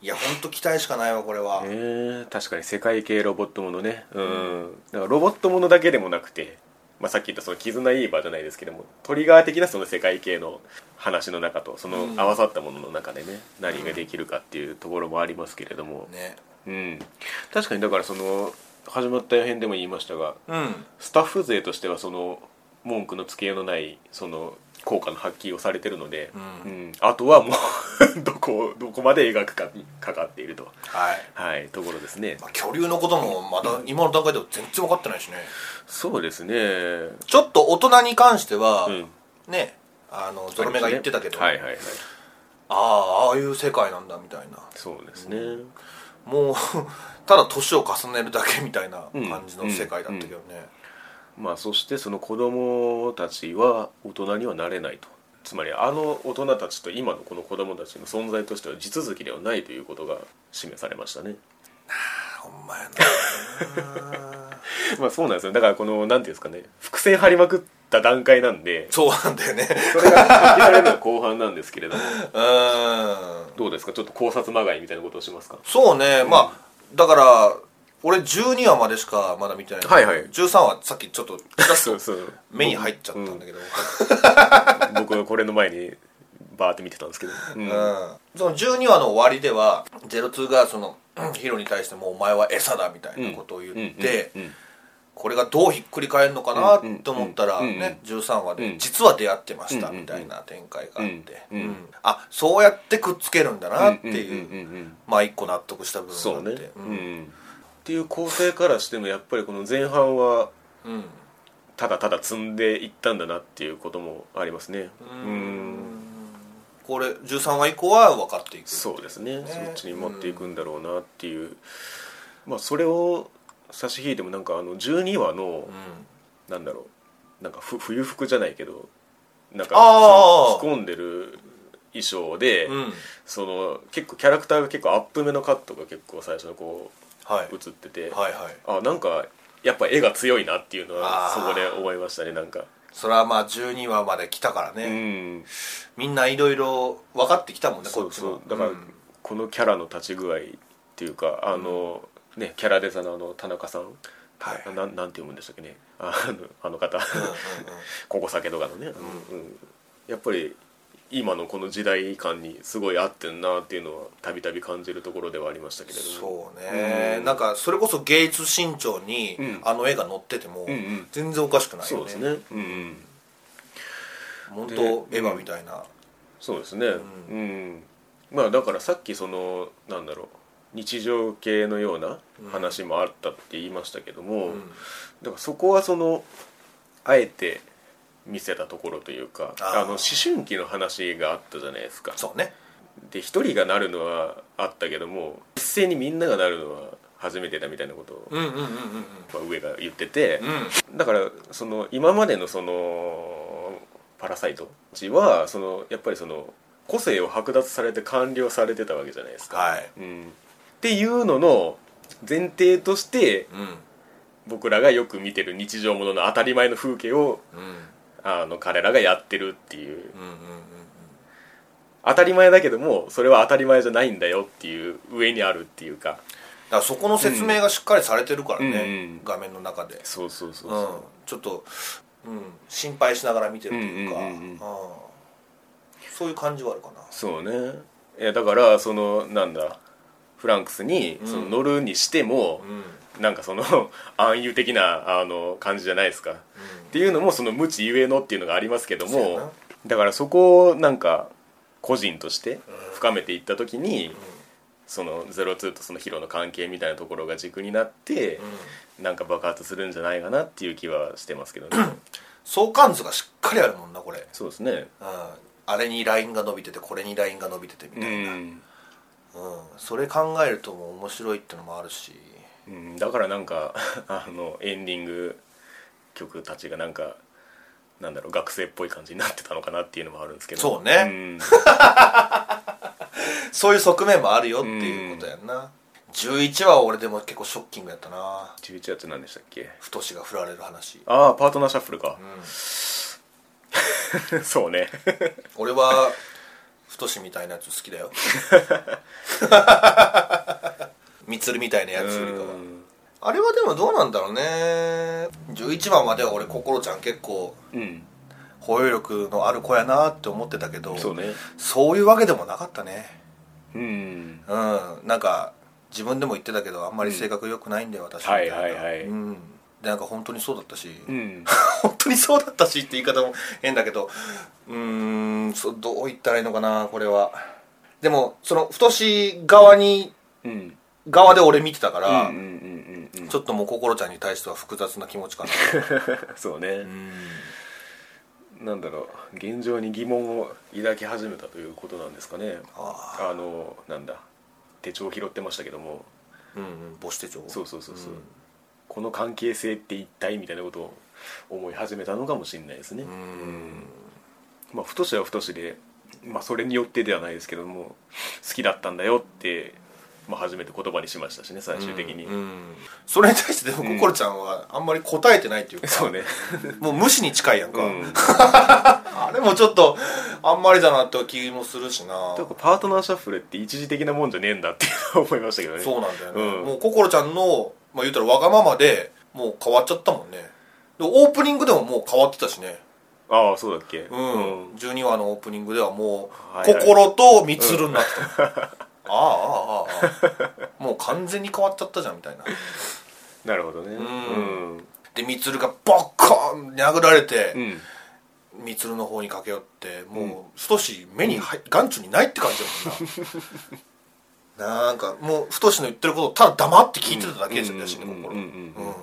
Speaker 2: いやほんと期待しかないわこれは
Speaker 1: えー確かに世界系ロボットものねうん、だからロボットものだけでもなくて、まあ、さっき言ったその絆いい場じゃないですけどもトリガー的なその世界系の話の中とその
Speaker 2: うん
Speaker 1: 合わさったものの中でね何ができるかっていうところもありますけれども、
Speaker 2: ね
Speaker 1: うん、確かにだからその始まった編でも言いましたが
Speaker 2: うん
Speaker 1: スタッフ勢としてはその文句のつけようのないその効果の発揮をされてるので、
Speaker 2: うん
Speaker 1: うんあとはもう どこをどこまで描くかにかかっていると
Speaker 2: はい
Speaker 1: はいところですね
Speaker 2: まあ恐竜のこともまだ今の段階では全然分かってないしね
Speaker 1: そうですね
Speaker 2: ちょっと大人に関しては、
Speaker 1: うん
Speaker 2: ねあのゾロ目が言ってたけど、
Speaker 1: はいはいはい
Speaker 2: ああああいう世界なんだみたいな
Speaker 1: そうですね、
Speaker 2: もう ただ年を重ねるだけみたいな感じの世界だったけどね、
Speaker 1: まあそしてその子供たちは大人にはなれないとつまりあの大人たちと今のこの子供たちの存在としては地続きではないということが示されましたね
Speaker 2: ほんまやな
Speaker 1: まあそうなんですよだからこのなんていうんですかね伏線張りまくった段階なんで
Speaker 2: そうなんだよね
Speaker 1: それが発揮されるのは後半なんですけれども
Speaker 2: うーん
Speaker 1: どうですかちょっと考察まがいみたいなことをしますか
Speaker 2: そうね、まあだから俺12話までしかまだ見てないので
Speaker 1: はいはい
Speaker 2: 13話さっきちょっとちらっと
Speaker 1: うそう
Speaker 2: 目に入っちゃったんだけど、
Speaker 1: 僕はこれの前にバーって見てたんですけど、うん
Speaker 2: うん、その12話の終わりでは02がそのうんヒロに対してもうお前は餌だみたいなことを言って
Speaker 1: うんうんうん
Speaker 2: これがどうひっくり返るのかなと思ったら
Speaker 1: うんうん
Speaker 2: ね13話
Speaker 1: う
Speaker 2: で
Speaker 1: ん
Speaker 2: 実は出会ってました
Speaker 1: うんうんうん
Speaker 2: みたいな展開があって
Speaker 1: うんうん
Speaker 2: うんあそうやってくっつけるんだなって
Speaker 1: うんうん
Speaker 2: いう
Speaker 1: うんうん
Speaker 2: まあ一個納得した部
Speaker 1: そう
Speaker 2: 分があ
Speaker 1: ね
Speaker 2: って
Speaker 1: うん、っていう構成からしてもやっぱりこの前半は
Speaker 2: うんうん
Speaker 1: ただただ積んでいったんだなっていうこともありますねうん
Speaker 2: これ13話以降は分かっていく
Speaker 1: そうですね
Speaker 2: ね
Speaker 1: そっちに持っていくんだろうなっていう、まあそれを差し引いてもなんかあの12話の、なんだろうなんかふ冬服じゃないけどなんか
Speaker 2: あー
Speaker 1: その着込んでる衣装で、
Speaker 2: うんうん
Speaker 1: その結構キャラクターが結構アップ目のカットが結構最初のこ
Speaker 2: はいう
Speaker 1: 映ってて、
Speaker 2: はいはい
Speaker 1: あなんかやっぱ絵が強いなっていうのは
Speaker 2: あ
Speaker 1: そ
Speaker 2: ー
Speaker 1: こで思いましたねなんか
Speaker 2: それはまあ12話まで来たからね
Speaker 1: うん
Speaker 2: みんないろいろ分かってきたもんね
Speaker 1: そ
Speaker 2: こっ
Speaker 1: う
Speaker 2: ち
Speaker 1: そ
Speaker 2: も
Speaker 1: うだから、
Speaker 2: うん
Speaker 1: このキャラの立ち具合っていうかあの、ねキャラデザのあの田中さん、
Speaker 2: はい
Speaker 1: ななんなんて読むんでしたっけねあのあの方 ここ酒とかのね、うんうんやっぱり今のこの時代感にすごい合ってんなっていうのはたびたび感じるところではありましたけれども
Speaker 2: そうね、
Speaker 1: うん
Speaker 2: なんかそれこそ芸術新潮に
Speaker 1: うん
Speaker 2: あの絵が載ってても
Speaker 1: んうん
Speaker 2: 全然おかしくない
Speaker 1: そ
Speaker 2: よ
Speaker 1: う
Speaker 2: ね,、
Speaker 1: ですねうんうん
Speaker 2: 本当
Speaker 1: で
Speaker 2: エヴァみたいな、
Speaker 1: そうですねうん、まあだからさっきそのなんだろう日常系のような話もあったって言いましたけども、
Speaker 2: うん
Speaker 1: だからそこはそのあえて見せたところというか
Speaker 2: あー
Speaker 1: あの思春期の話があったじゃないですか
Speaker 2: そうね
Speaker 1: で一人がなるのはあったけども一斉にみんながなるのは初めてだみたいなことを
Speaker 2: うんうんうんうん
Speaker 1: まあ上が言ってて
Speaker 2: うんうん
Speaker 1: だからその今までのそのパラサイトたちはそのやっぱりその個性を剥奪されて完了されてたわけじゃないですか。
Speaker 2: はい
Speaker 1: うん、っていうのの前提として
Speaker 2: うん
Speaker 1: 僕らがよく見てる日常ものの当たり前の風景を
Speaker 2: うん
Speaker 1: あの彼らがやってるっていう
Speaker 2: うんうんうん
Speaker 1: 当たり前だけどもそれは当たり前じゃないんだよっていう上にあるっていうか
Speaker 2: だからそこの説明がしっかりされてるからね、
Speaker 1: うんうん
Speaker 2: 画面の中で、
Speaker 1: そうそうそううんそう、
Speaker 2: ちょっと、うん、心配しながら見てるというか、
Speaker 1: う
Speaker 2: うんん
Speaker 1: うんうんうん
Speaker 2: そういう感じはあるかな
Speaker 1: そうねいやだからそのなんだフランクスにその乗るにしても、
Speaker 2: うん、
Speaker 1: なんかその 暗喩的なあの感じじゃないですか、っていうのもその無知ゆえのっていうのがありますけど
Speaker 2: そうやな
Speaker 1: もだからそこをなんか個人として深めていった時に、その02とそのヒロの関係みたいなところが軸になって、なんか爆発するんじゃないかなっていう気はしてますけどね
Speaker 2: 相関図がしっかりあるもんなこれ、
Speaker 1: そうですね
Speaker 2: うん、あれにラインが伸びててこれにラインが伸びててみ
Speaker 1: う
Speaker 2: たいな、
Speaker 1: ん、
Speaker 2: うんそれ考えるともう面白いってのもあるし
Speaker 1: うん、だからなんか あのエンディング曲たちがなんかなんだろう学生っぽい感じになってたのかなっていうのもあるんですけど
Speaker 2: そうね
Speaker 1: ん
Speaker 2: そういう側面もあるよっていうことやんな、11話は俺でも結構ショッキングやったな
Speaker 1: 11月何でしたっけ
Speaker 2: 太が振られる話
Speaker 1: ああパートナーシャッフルか、 そうね
Speaker 2: 俺は太みたいなやつ好きだよみつるみたいなやつよりかは
Speaker 1: うん
Speaker 2: あれはでもどうなんだろうね11番までは俺心ちゃん結構
Speaker 1: うん
Speaker 2: 包容力のある子やなって思ってたけど
Speaker 1: そうね
Speaker 2: そういうわけでもなかったね
Speaker 1: うん
Speaker 2: うんなんか自分でも言ってたけどあんまり性格良くないんだよ、私み
Speaker 1: は
Speaker 2: た
Speaker 1: い
Speaker 2: いな
Speaker 1: はいはい
Speaker 2: うんでなんか本当にそうだったし、
Speaker 1: うん
Speaker 2: 本当にそうだったしって言い方も変だけどうーんそどう言ったらいいのかなこれはでもその太し側に
Speaker 1: うん
Speaker 2: 側で俺見てたから、
Speaker 1: うんうんうんうんうん
Speaker 2: ちょっともう心ちゃんに対しては複雑な気持ちかな
Speaker 1: そうね、なんだろう現状に疑問を抱き始めたということなんですかね
Speaker 2: あ
Speaker 1: あのなんだ手帳拾ってましたけども
Speaker 2: うんうん母子手帳
Speaker 1: そうそうそうそう、
Speaker 2: うん
Speaker 1: この関係性って一体みたいなことを思い始めたのかもしれないですね、
Speaker 2: ううん
Speaker 1: まあ太しは太しで、まあ、それによってではないですけども好きだったんだよって、まあ、初めて言葉にしましたしね最終的に、
Speaker 2: うんそれに対してでも心ちゃんはあんまり答えてないっていうか、
Speaker 1: そうね
Speaker 2: もう無視に近いやんか、
Speaker 1: うん
Speaker 2: あれもちょっとあんまりだなって気もするしな
Speaker 1: なんかパートナーシャッフルって一時的なもんじゃねえんだっていうのを思いましたけどね
Speaker 2: そうなんだよね、
Speaker 1: うん
Speaker 2: もう心ちゃんの、まあ、言うたらわがままでもう変わっちゃったもんねでオープニングでももう変わってたしね
Speaker 1: ああそうだっけ
Speaker 2: うん、
Speaker 1: うん
Speaker 2: 12話のオープニングではもう
Speaker 1: はいはい
Speaker 2: 心とみつるになって た、ああああああもう完全に変わっちゃったじゃんみたいな
Speaker 1: なるほどね
Speaker 2: んでみつるがボッコーン殴られて、
Speaker 1: うん、うん
Speaker 2: みつるの方に駆け寄ってもう少し目に入眼中にないって感じだもんななんかもう太の言ってることをただ黙って聞いてただけじゃったしね
Speaker 1: うんうん
Speaker 2: 心
Speaker 1: うんうんうん
Speaker 2: うん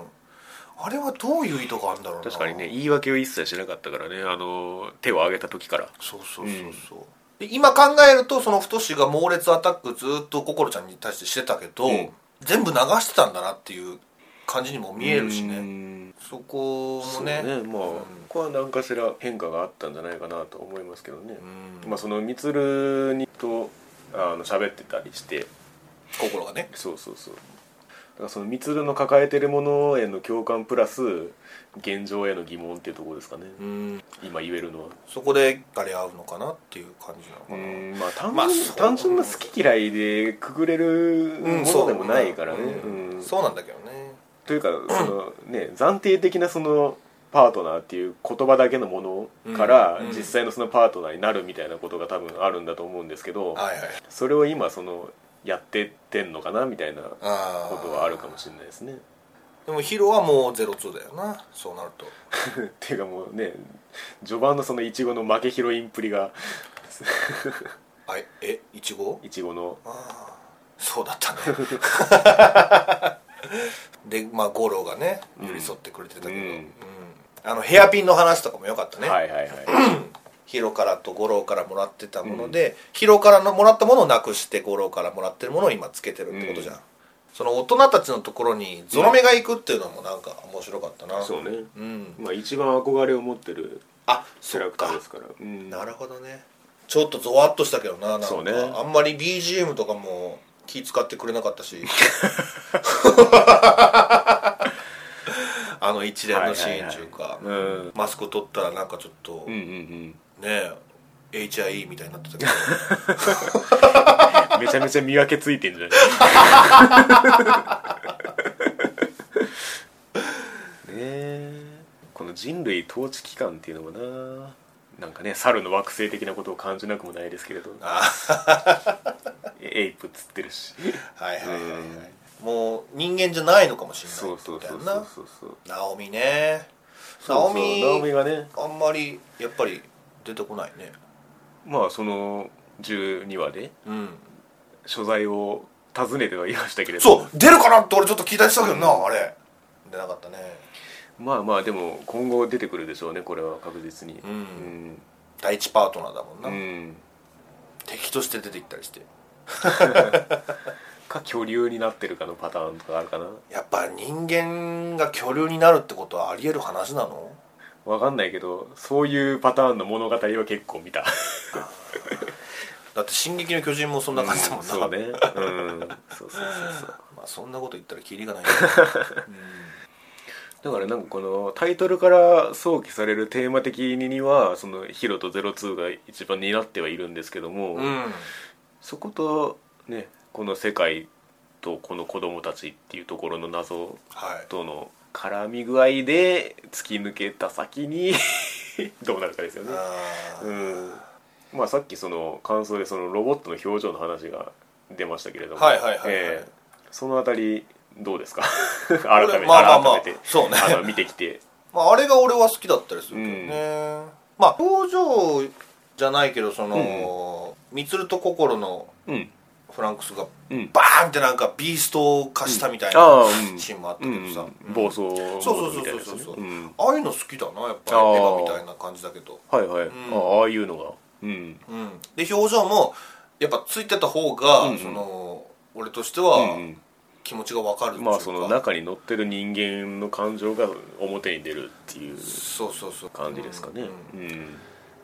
Speaker 2: あれはどういう意図があるんだろうな
Speaker 1: 確かにね言い訳を一切しなかったからねあの手を挙げた時から
Speaker 2: そうそうそうそう、で今考えるとその太が猛烈アタックずっと心ちゃんに対してしてたけど、
Speaker 1: ん
Speaker 2: 全部流してたんだなっていう感じにも見えるしね、
Speaker 1: ね
Speaker 2: そこ
Speaker 1: そ
Speaker 2: も
Speaker 1: うねまあ、
Speaker 2: ね
Speaker 1: ここは何かしら変化があったんじゃないかなと思いますけどね、
Speaker 2: うん
Speaker 1: まあそのみつるにとあの喋ってたりして
Speaker 2: 心がね
Speaker 1: そうそうそうだからそのみつるの抱えてるものへの共感プラス現状への疑問っていうところですかね、
Speaker 2: うん
Speaker 1: 今言えるのは
Speaker 2: そこで惹かれ合うのかなっていう感じなのかな、
Speaker 1: うんまあ単純,、
Speaker 2: まあそう
Speaker 1: 単純な好き嫌いでくぐれる
Speaker 2: うん
Speaker 1: も
Speaker 2: そ
Speaker 1: の
Speaker 2: う
Speaker 1: でもないからね、
Speaker 2: うん
Speaker 1: うん
Speaker 2: そうなんだけどね
Speaker 1: というかその、ね、暫定的なそのパートナーっていう言葉だけのものから
Speaker 2: うんうん
Speaker 1: 実際のそのパートナーになるみたいなことが多分あるんだと思うんですけど
Speaker 2: はいはい
Speaker 1: それを今そのやってってんのかなみたいなこ
Speaker 2: あー
Speaker 1: とはあるかもしれないですね。
Speaker 2: でもヒロはもう02だよなそうなると
Speaker 1: っていうかもうね序盤のそのイチゴの負けヒロインっぷりが
Speaker 2: あええいちご
Speaker 1: いちごの
Speaker 2: そうだったね でまあ五郎がね寄り添ってくれてたけど、
Speaker 1: うん
Speaker 2: うんあのヘアピンの話とかもよかったね、
Speaker 1: はいはいは
Speaker 2: ヒロからと五郎からもらってたもので、ヒロからのもらったものをなくして五郎からもらってるものを今つけてるってことじゃん、その大人たちのところにゾロ目が行くっていうのもなんか面白かったな、
Speaker 1: いそうね、
Speaker 2: うん
Speaker 1: まあ一番憧れを持ってる
Speaker 2: あ
Speaker 1: キ
Speaker 2: そ
Speaker 1: ャラ
Speaker 2: っ
Speaker 1: クタ
Speaker 2: か
Speaker 1: ーですから、うん
Speaker 2: なるほどねちょっとゾワッとしたけどななんか
Speaker 1: そうね
Speaker 2: あんまり BGM とかも気使ってくれなかった しあの一連のシーン中いうか、
Speaker 1: はいはいはいうん
Speaker 2: マスク取ったらなんかちょっと、
Speaker 1: うんうん
Speaker 2: ね
Speaker 1: うん
Speaker 2: え HIE みたいになっ てたけど
Speaker 1: めちゃめちゃ見分けついてんじゃ ないねえこの人類統治機関っていうのもななんかね猿の惑星的なことを感じなくもないですけれど
Speaker 2: あ
Speaker 1: エイプっつってるし
Speaker 2: はいはいはい、はい
Speaker 1: うん
Speaker 2: もう人間じゃないのかもしれない
Speaker 1: そうそうそう
Speaker 2: み
Speaker 1: そ
Speaker 2: たいな
Speaker 1: うそうそう
Speaker 2: ナオミねナ
Speaker 1: そう
Speaker 2: オ
Speaker 1: そう
Speaker 2: ミ
Speaker 1: ナオミがね
Speaker 2: あんまりやっぱり出てこないね
Speaker 1: まあその12話で
Speaker 2: うん
Speaker 1: 所在を訪ねてはいましたけれど
Speaker 2: そう出るかなって俺ちょっと聞いたりしたけどな、あれ出なかったね
Speaker 1: まあまあでも今後出てくるでしょうねこれは確実に
Speaker 2: ん第一パートナーだもん
Speaker 1: う
Speaker 2: な、
Speaker 1: ん、うん
Speaker 2: 敵として出てきたりして
Speaker 1: か巨竜になってるかのパターンとかあるかな
Speaker 2: やっぱ人間が恐竜になるってことはあり得る話なの
Speaker 1: わかんないけどそういうパターンの物語は結構見た
Speaker 2: だって「進撃の巨人」もそんな感じだもんな、
Speaker 1: そうねうんそうそうそうそう
Speaker 2: まあ、そんなこと言ったらキリがない、ね
Speaker 1: だからなんかこのタイトルから想起されるテーマ的にはそのヒロとゼロツーが一番担ってはいるんですけども、
Speaker 2: うん、うん、
Speaker 1: そことねこの世界とこの子供たちっていうところの謎
Speaker 2: はい
Speaker 1: との絡み具合で突き抜けた先に どうなるかですよね。
Speaker 2: あー
Speaker 1: うんまあ、さっきその感想でそのロボットの表情の話が出ましたけれども、
Speaker 2: はいはいはいはい
Speaker 1: ええそのあたりどう ですか改めて、
Speaker 2: まあまあまあ
Speaker 1: 改めて
Speaker 2: そうね
Speaker 1: あの見てきて、
Speaker 2: まあ、あれが俺は好きだったりするけどね、まあ表情じゃないけどそのみつると心の
Speaker 1: うん
Speaker 2: フランクスが
Speaker 1: うん、
Speaker 2: バーンってなんかビーストを貸したみたいな、
Speaker 1: ああ、うん
Speaker 2: シーンもあったけどさ、
Speaker 1: うん暴走モードみたいなやつ
Speaker 2: そうそうそうそうそうそう
Speaker 1: ねうん
Speaker 2: ああいうの好きだなやっぱり
Speaker 1: あー
Speaker 2: 映画みたいな感じだけど、
Speaker 1: はいはい、
Speaker 2: ん
Speaker 1: ああああいうのが、うん、
Speaker 2: うん、で表情もやっぱついてた方が、
Speaker 1: うんうん
Speaker 2: その俺として
Speaker 1: う
Speaker 2: は
Speaker 1: ん
Speaker 2: 気持ちが分かるっていうか、
Speaker 1: まあその中に乗ってる人間の感情が表に出るっていう
Speaker 2: そうそうそう
Speaker 1: 感じですかね、
Speaker 2: うん
Speaker 1: うん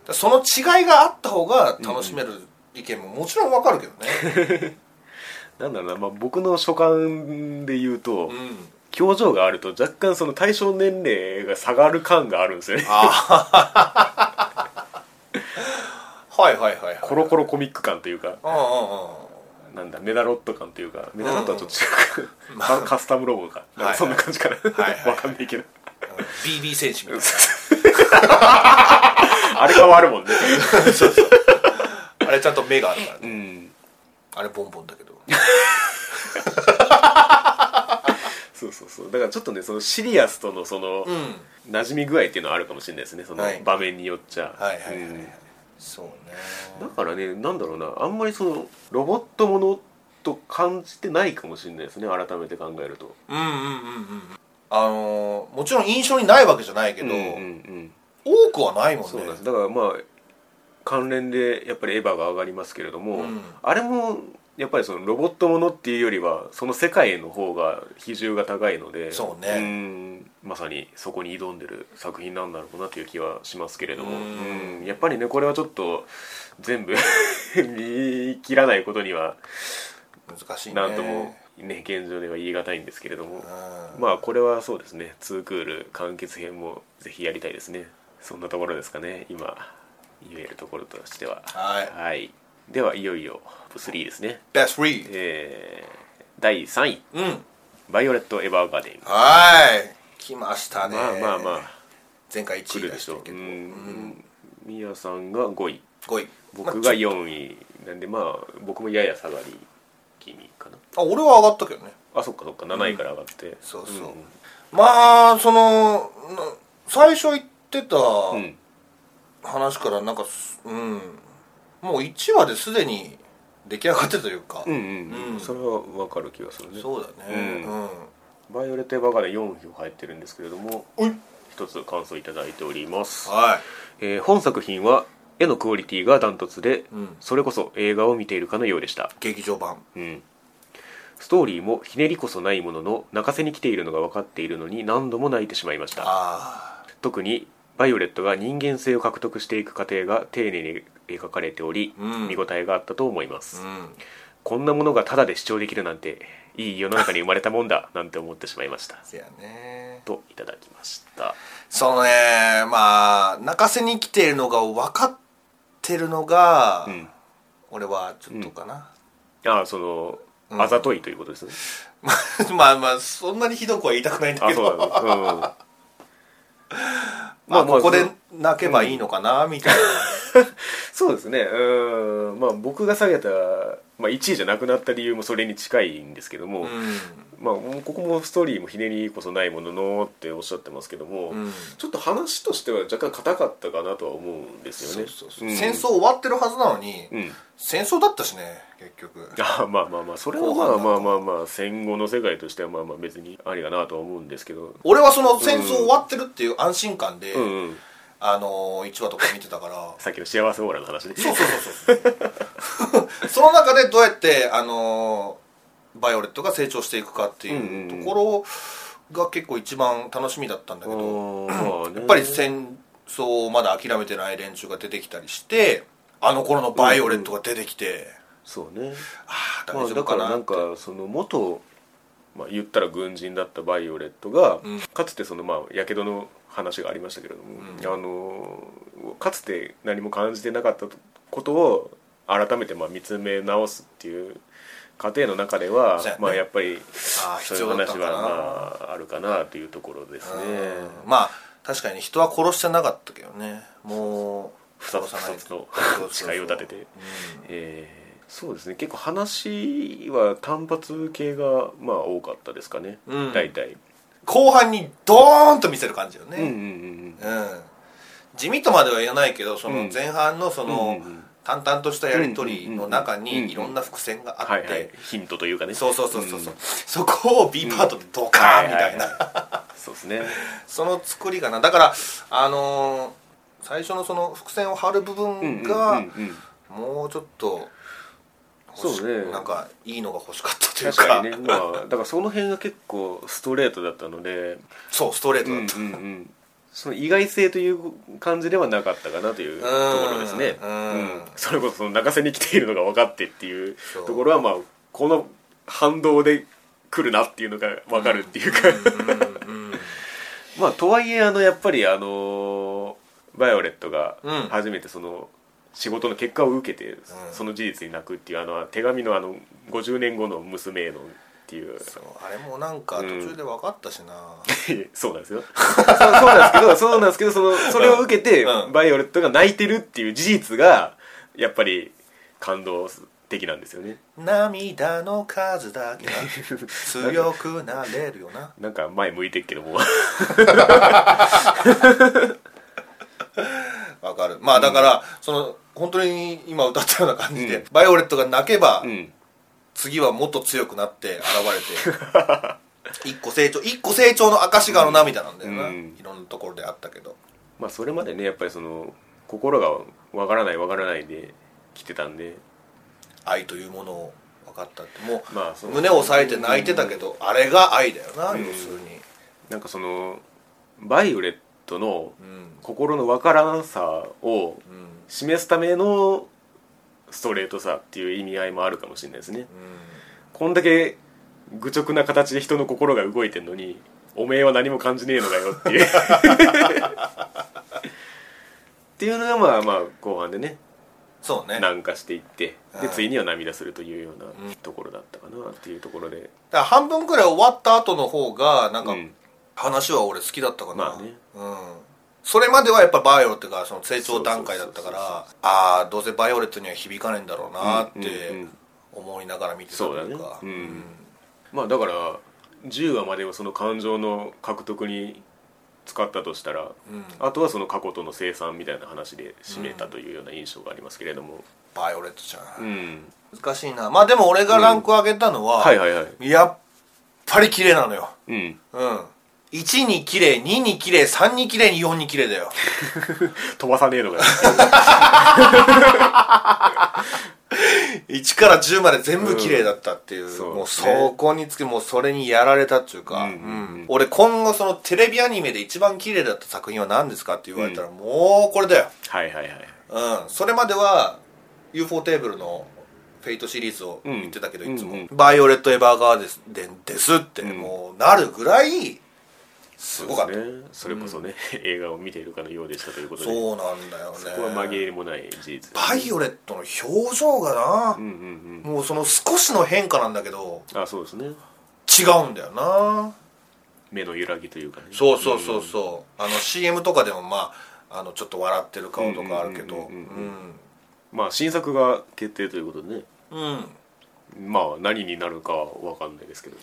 Speaker 2: だその違いがあった方が楽しめる意見ももちろん分かる けどね、
Speaker 1: なんだろうな、まあ、僕の所感で言うと、
Speaker 2: うん、
Speaker 1: 表情があると若干その対象年齢が下がる感があるんですよね
Speaker 2: はいはいはいはい
Speaker 1: コロコロコミック感というか
Speaker 2: うんう
Speaker 1: なんだメダロット感というかメダロットはちょっと違うか、カカスタムロゴかなんかそんな感じかな、
Speaker 2: はいはい
Speaker 1: わかんないけど
Speaker 2: んうん BB 選手みたい
Speaker 1: あれ変わるもんね
Speaker 2: なあれちゃんと目があるから
Speaker 1: う
Speaker 2: ね
Speaker 1: ん
Speaker 2: あれボンボンだけ ど
Speaker 1: そうそうそうだからちょっとねそのシリアスとのその、
Speaker 2: うん
Speaker 1: 馴染み具合っていうのはあるかもしれないですねその
Speaker 2: はい
Speaker 1: 場面によっちゃ、
Speaker 2: はいはいはいはい、
Speaker 1: うん
Speaker 2: そうね
Speaker 1: だからねなんだろうなあんまりそのロボットものと感じてないかもしれないですね改めて考えると
Speaker 2: うんうんうんうんあのーもちろん印象にないわけじゃないけど、
Speaker 1: うんうんうん
Speaker 2: 多くはないもんね
Speaker 1: そうなんですだからまあ関連でやっぱりエヴァが上がりますけれども、
Speaker 2: うん
Speaker 1: あれもやっぱりそのロボットものっていうよりはその世界の方が比重が高いので
Speaker 2: そうね
Speaker 1: んまさにそこに挑んでる作品なんだろうなという気はしますけれども
Speaker 2: うん
Speaker 1: うんやっぱりねこれはちょっと全部 見切らないことには
Speaker 2: 難しいね
Speaker 1: なんともね現状では言い難いんですけれども
Speaker 2: う、ん
Speaker 1: まあこれはそうですね2クール完結編もぜひやりたいですねそんなところですかね今言えるところとしては
Speaker 2: はい
Speaker 1: はいではいよいよトップ3ですね
Speaker 2: Best Free
Speaker 1: えー、第3位
Speaker 2: うん
Speaker 1: 「バイオレット・エヴァーガーデン」
Speaker 2: はい来ましたね
Speaker 1: まあまあまあ
Speaker 2: 前回1
Speaker 1: 来
Speaker 2: 位
Speaker 1: る
Speaker 2: で
Speaker 1: で
Speaker 2: し
Speaker 1: したょう
Speaker 2: け
Speaker 1: う
Speaker 2: ど
Speaker 1: んみやさんが5位
Speaker 2: 5位
Speaker 1: 僕
Speaker 2: ま
Speaker 1: が
Speaker 2: あちょ
Speaker 1: 4位なんでまあ僕もやや下がり気味かな
Speaker 2: あ俺は上がったけどね
Speaker 1: あそっかそっか7位から上がって、
Speaker 2: そうそう、
Speaker 1: ん
Speaker 2: まあそのな最初言ってた
Speaker 1: うん
Speaker 2: 話からなんかすうんもう1話ですでに出来上がってというか、
Speaker 1: うんうん、
Speaker 2: うん
Speaker 1: それは分かる気がするね
Speaker 2: そうだ
Speaker 1: う
Speaker 2: ねうんん、
Speaker 1: バイオレット・エヴァがね4票入ってるんですけれども
Speaker 2: おい
Speaker 1: 一つ感想いただいております、
Speaker 2: は
Speaker 1: えー本作品は絵のクオリティがダントツで、
Speaker 2: い、うん、
Speaker 1: それこそ映画を見ているかのようでした、
Speaker 2: 劇場版
Speaker 1: うん、ストーリーもひねりこそないものの泣かせに来ているのが分かっているのに何度も泣いてしまいました
Speaker 2: あ
Speaker 1: 特にバイオレットが人間性を獲得していく過程が丁寧に描かれており、
Speaker 2: うん
Speaker 1: 見応えがあったと思います、
Speaker 2: あうん
Speaker 1: こんなものがタダで視聴できるなんていい世の中に生まれたもんだなんて思ってしまいました
Speaker 2: せやね
Speaker 1: といただきました
Speaker 2: そのねまあ泣かせに来ているのが分かってるのが、
Speaker 1: うん
Speaker 2: 俺はちょっとかな、
Speaker 1: ああその、
Speaker 2: うん
Speaker 1: あざといということですね
Speaker 2: まあまあそんなにひどくは言いたくないんだ
Speaker 1: あ
Speaker 2: け
Speaker 1: そう
Speaker 2: ど
Speaker 1: な の、うん、ま
Speaker 2: まあ、ここで
Speaker 1: そ
Speaker 2: 泣けばいいのかな、みたいな
Speaker 1: そうですねうんまあ僕が下げた、まあ、1位じゃなくなった理由もそれに近いんですけども、
Speaker 2: う
Speaker 1: まあもうここもストーリーもひねりこそないもののっておっしゃってますけども、
Speaker 2: ん、
Speaker 1: ちょっと話としては若干硬かったかなとは思うんですよねうん
Speaker 2: 戦争終わってるはずなのに、
Speaker 1: うん
Speaker 2: 戦争だったしね結局
Speaker 1: あまあまあまあそれは
Speaker 2: 後
Speaker 1: ま
Speaker 2: 半だ
Speaker 1: あ
Speaker 2: と
Speaker 1: まあまあまあ戦後の世界としてはまあまあ別にありだなとは思うんですけど
Speaker 2: 俺はその戦争終わってるっていう安心感で、
Speaker 1: うん、うん、
Speaker 2: あの1話とか見てたから
Speaker 1: さっきの幸せオーラの話で
Speaker 2: そうそうそうそうその中でどうやってあのバイオレットが成長していくかって
Speaker 1: うん
Speaker 2: いううん
Speaker 1: うん
Speaker 2: ところが結構一番楽しみだ ったんだけど、
Speaker 1: う
Speaker 2: やっぱり戦争をまだ諦めてない連中が出てきたりしてあの頃のバイオレットが出てきて、
Speaker 1: そうね、
Speaker 2: ああ
Speaker 1: まあ、
Speaker 2: 大丈
Speaker 1: だ
Speaker 2: 夫
Speaker 1: か
Speaker 2: かな
Speaker 1: らな
Speaker 2: っ
Speaker 1: ん
Speaker 2: て、
Speaker 1: かその元、まあ、言ったら軍人だったバイオレットが、
Speaker 2: うん
Speaker 1: かつてそのまあやけどの話がありましたけれども、あのかつて何も感じてなかったことを改めてまあ見つめ直すっていう過程の中では、
Speaker 2: そうやね
Speaker 1: まあやっぱり
Speaker 2: ああ
Speaker 1: そう
Speaker 2: 必
Speaker 1: いう
Speaker 2: 要だった
Speaker 1: 話
Speaker 2: か
Speaker 1: は
Speaker 2: な
Speaker 1: まああるかなというところですね。
Speaker 2: うんまあ確かに人は殺してなかったけどねもう
Speaker 1: ふさ
Speaker 2: 殺
Speaker 1: ふ
Speaker 2: さない
Speaker 1: さと
Speaker 2: そうそうそう
Speaker 1: 誓いを立てて
Speaker 2: うん
Speaker 1: えーそうですね結構話は単発系がまあ多かったですかね、
Speaker 2: うん
Speaker 1: 大体
Speaker 2: 後半にドーンと見せる感じよ
Speaker 1: うんうんう
Speaker 2: ね
Speaker 1: ん
Speaker 2: うん、地味とまでは言わないけどそうの
Speaker 1: ん
Speaker 2: 前半のその、
Speaker 1: うんうんうん
Speaker 2: 淡々としたやり取りの中
Speaker 1: うんうんうん
Speaker 2: にいろんな伏線があって、
Speaker 1: はいはいヒントというかね
Speaker 2: そうそうそうそうそう、
Speaker 1: ん
Speaker 2: そこを B パートでドカーンみたいな、
Speaker 1: ははそうですね
Speaker 2: その作りがなだからあのー最初のその伏線を張る部分が、
Speaker 1: うんうんうんうん
Speaker 2: もうちょっと欲し
Speaker 1: そうね
Speaker 2: なんかいいのが欲しかったという
Speaker 1: 確
Speaker 2: か
Speaker 1: かにねまあだからその辺が結構ストレートだったので
Speaker 2: そうストレー
Speaker 1: う
Speaker 2: ト
Speaker 1: んう
Speaker 2: だ
Speaker 1: ん
Speaker 2: っ
Speaker 1: うんその意外性という感じではなかったかなというところですね
Speaker 2: うんうん
Speaker 1: それこそその泣かせに来ているのが分かってっていう
Speaker 2: そう
Speaker 1: ところはまあこの反動で来るなっていうのが分かるっていうか、
Speaker 2: た、うん
Speaker 1: まあとはいえあのやっぱりあのバイオレットが
Speaker 2: うん
Speaker 1: 初めてその仕事の結果を受けてその事実に泣くっていうあの手紙のあの50年後の娘へのっていう
Speaker 2: そうあれもなんか途中で分かったしな、
Speaker 1: そうなんですよそうそうなんですけどそうなんですけど そのそれを受けて
Speaker 2: うん
Speaker 1: バイオレットが泣いてるっていう事実がやっぱり感動的なんですよね
Speaker 2: 涙の数だけが強くなれるよな
Speaker 1: なんか前向いてるけども
Speaker 2: わかるまあだから、その本当に今歌ったような感じで、
Speaker 1: うん
Speaker 2: バイオレットが泣けば、
Speaker 1: うん
Speaker 2: 次はもっと強くなって現れて 一個成長一個成長の証があの涙なんだよな、
Speaker 1: うん
Speaker 2: いろんなところであったけど
Speaker 1: まあそれまでねやっぱりその心がわからないわからないで来てたんで
Speaker 2: 愛というものを分かったってもう,、
Speaker 1: まあそう
Speaker 2: 胸を押さえて泣いてたけど、あれが愛だよな、
Speaker 1: うん
Speaker 2: 要するに、
Speaker 1: なんかそのバイオレットの
Speaker 2: うん
Speaker 1: 心のわからなさを
Speaker 2: うんうん、
Speaker 1: 示すためのストレートさっていう意味合いもあるかもしれないですねこんだけ愚直な形で人の心が動いてんのにおめえは何も感じねえのかよ っていうっていうのがまあまあ後半でね
Speaker 2: そうねだか
Speaker 1: 軟化していって
Speaker 2: は
Speaker 1: で
Speaker 2: い
Speaker 1: ついには涙するというようなところだったかなっていうところで
Speaker 2: ら半分くらい終わった後の方がなんか、
Speaker 1: うん
Speaker 2: 話は俺好きだったかな、
Speaker 1: まあね
Speaker 2: うんそれまではやっぱバイオレットがその成長段階だったから
Speaker 1: そうそう
Speaker 2: ああーどうせバイオレットには響かねえんだろうなっ
Speaker 1: うんうんう
Speaker 2: て
Speaker 1: ん
Speaker 2: 思いながら見てたという
Speaker 1: そうだね
Speaker 2: か
Speaker 1: うんまあだから10話まではその感情の獲得に使ったとしたら、
Speaker 2: うん
Speaker 1: あとはその過去との生産みたいな話で締めたというような印象がありますけれども、
Speaker 2: バイオレットちゃ、
Speaker 1: うんん、
Speaker 2: 難しいなまあでも俺がランク上げたのは、
Speaker 1: はいはいはい
Speaker 2: やっぱり綺麗なのよ
Speaker 1: うん
Speaker 2: うん1に綺麗2に綺麗3に綺麗に4に綺麗だよ
Speaker 1: 飛ばさねえのが
Speaker 2: 1から10まで全部綺麗だったっていう,、
Speaker 1: そう
Speaker 2: もうそこにつきもうそれにやられたっていうか、
Speaker 1: うんうんうん
Speaker 2: 俺今後そのテレビアニメで一番綺麗だった作品は何ですかって言われたら、もうこれだよ
Speaker 1: はいはいはい
Speaker 2: うん、それまでは UFO テーブルのフェイトシリーズを言ってたけど、
Speaker 1: うん
Speaker 2: いつも、
Speaker 1: うん
Speaker 2: バイオレット・エヴァーガーデンですって、
Speaker 1: うん
Speaker 2: もうなるぐらいすごかったそう,、
Speaker 1: ねそれこそね、 映画を見ているかのようでしたということで
Speaker 2: なんだよね
Speaker 1: そこは紛れもない事実
Speaker 2: バイオレットの表情がな
Speaker 1: う、んうん
Speaker 2: もうその少しの変化なんだけど
Speaker 1: うんあそうですね
Speaker 2: 違うんだよな
Speaker 1: 目の揺らぎというかね
Speaker 2: そうそうそうそう、あの CM とかでもまああのちょっと笑ってる顔とかあるけど
Speaker 1: うんうんうん
Speaker 2: うん
Speaker 1: まあ新作が決定ということでね
Speaker 2: うん
Speaker 1: まあ何になるかは分かんないですけど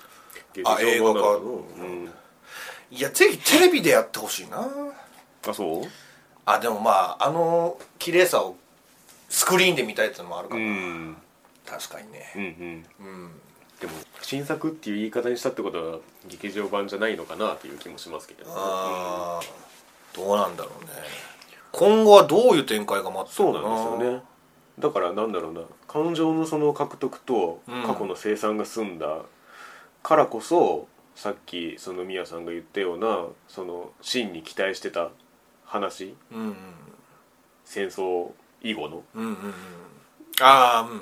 Speaker 2: あ
Speaker 1: 劇場版なの
Speaker 2: 映画
Speaker 1: う
Speaker 2: 化
Speaker 1: ん
Speaker 2: いやぜひテレビでやってほしいな
Speaker 1: あそう
Speaker 2: あでもまああの綺麗さをスクリーンで見たいってのもあるか
Speaker 1: う
Speaker 2: ら、
Speaker 1: ん
Speaker 2: 確かに
Speaker 1: うんう
Speaker 2: ね
Speaker 1: ん
Speaker 2: うん
Speaker 1: でも新作っていう言い方にしたってことは劇場版じゃないのかなという気もしますけどね
Speaker 2: ああどうなんだろうね今後はどういう展開が待って
Speaker 1: そうなんですよねだからなんだろうな感情のその獲得と
Speaker 2: うん
Speaker 1: 過去の生産が済んだからこそ、さっきそのミヤさんが言ったようなその真に期待してた話
Speaker 2: うんうん
Speaker 1: 戦争以後の
Speaker 2: うんうんうんああうん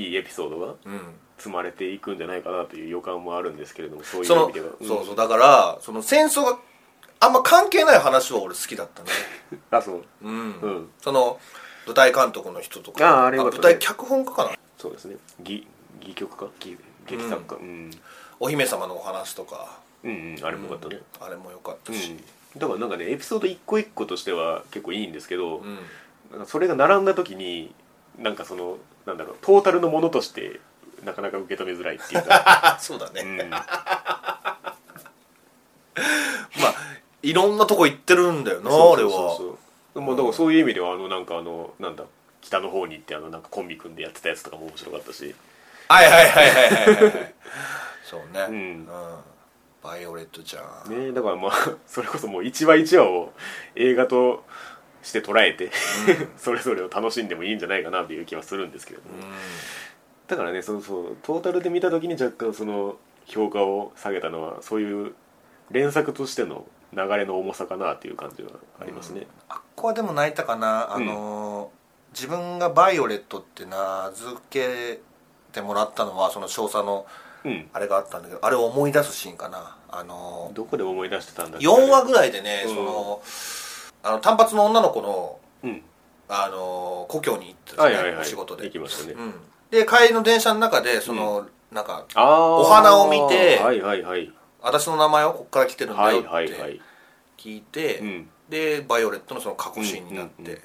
Speaker 1: いいエピソードが
Speaker 2: うんうん
Speaker 1: 積まれていくんじゃないかなという予感もあるんですけれどもそういう意味
Speaker 2: その
Speaker 1: では
Speaker 2: そうそううだからその戦争があんま関係ない話は俺好きだったね
Speaker 1: んあそう
Speaker 2: うん、
Speaker 1: うん
Speaker 2: その舞台監督の人とか
Speaker 1: あーあれよかった
Speaker 2: 舞
Speaker 1: ね
Speaker 2: 台脚本家かな
Speaker 1: そうですね戯戯曲か戯劇作家、うん
Speaker 2: お姫様のお話とか
Speaker 1: うんうんあれもよかったね、
Speaker 2: あれも良かったし、
Speaker 1: うん、だからなんかねエピソード一個一個としては結構いいんですけど、
Speaker 2: うん
Speaker 1: なんかそれが並んだ時になんかそのなんだろうトータルのものとしてなかなか受け止めづらいっていうか、
Speaker 2: あ そうだね、
Speaker 1: うん、
Speaker 2: まあいろんなとこ行ってるんだよな
Speaker 1: そう
Speaker 2: 俺
Speaker 1: そう
Speaker 2: は
Speaker 1: そうそうもうだからそういう意味ではあのなんかあのなんだ北の方に行ってあのなんかコンビ組んでやってたやつとかも面白かったし
Speaker 2: はいはいはいはいはい はいそうね
Speaker 1: うん
Speaker 2: バイオレットちゃん、
Speaker 1: ねだからまあ それこそもう一話一話を映画として捉えて それぞれを楽しんでもいいんじゃないかなという気はするんですけれども、
Speaker 2: うん
Speaker 1: だからねそうそうトータルで見た時に若干その評価を下げたのはそういう連作としての流れの重さかなっていう感じはありますね、
Speaker 2: あっこはでも泣いたかなあのー自分がバイオレットって名付けてもらったのはその少佐の
Speaker 1: うん
Speaker 2: あれがあったんだけどあれを思い出すシーンかなあの
Speaker 1: どこで思い出してたんだっけ
Speaker 2: 4話ぐらいでね、
Speaker 1: うん
Speaker 2: そのあの単発の女の子の、
Speaker 1: うん
Speaker 2: あのー故郷に行ってた
Speaker 1: は
Speaker 2: ん
Speaker 1: い
Speaker 2: ですね、
Speaker 1: はいはい
Speaker 2: お仕事で
Speaker 1: 行きましたね、
Speaker 2: うん、で帰りの電車の中でその、なんか
Speaker 1: ああ
Speaker 2: お花を見て
Speaker 1: はいはいはい
Speaker 2: 私の名前はここから来てるんだ
Speaker 1: は
Speaker 2: よっ
Speaker 1: い
Speaker 2: て
Speaker 1: はいはい
Speaker 2: 聞いて、
Speaker 1: うん
Speaker 2: でバイオレットのその過去シーンになって、
Speaker 1: うんうんうん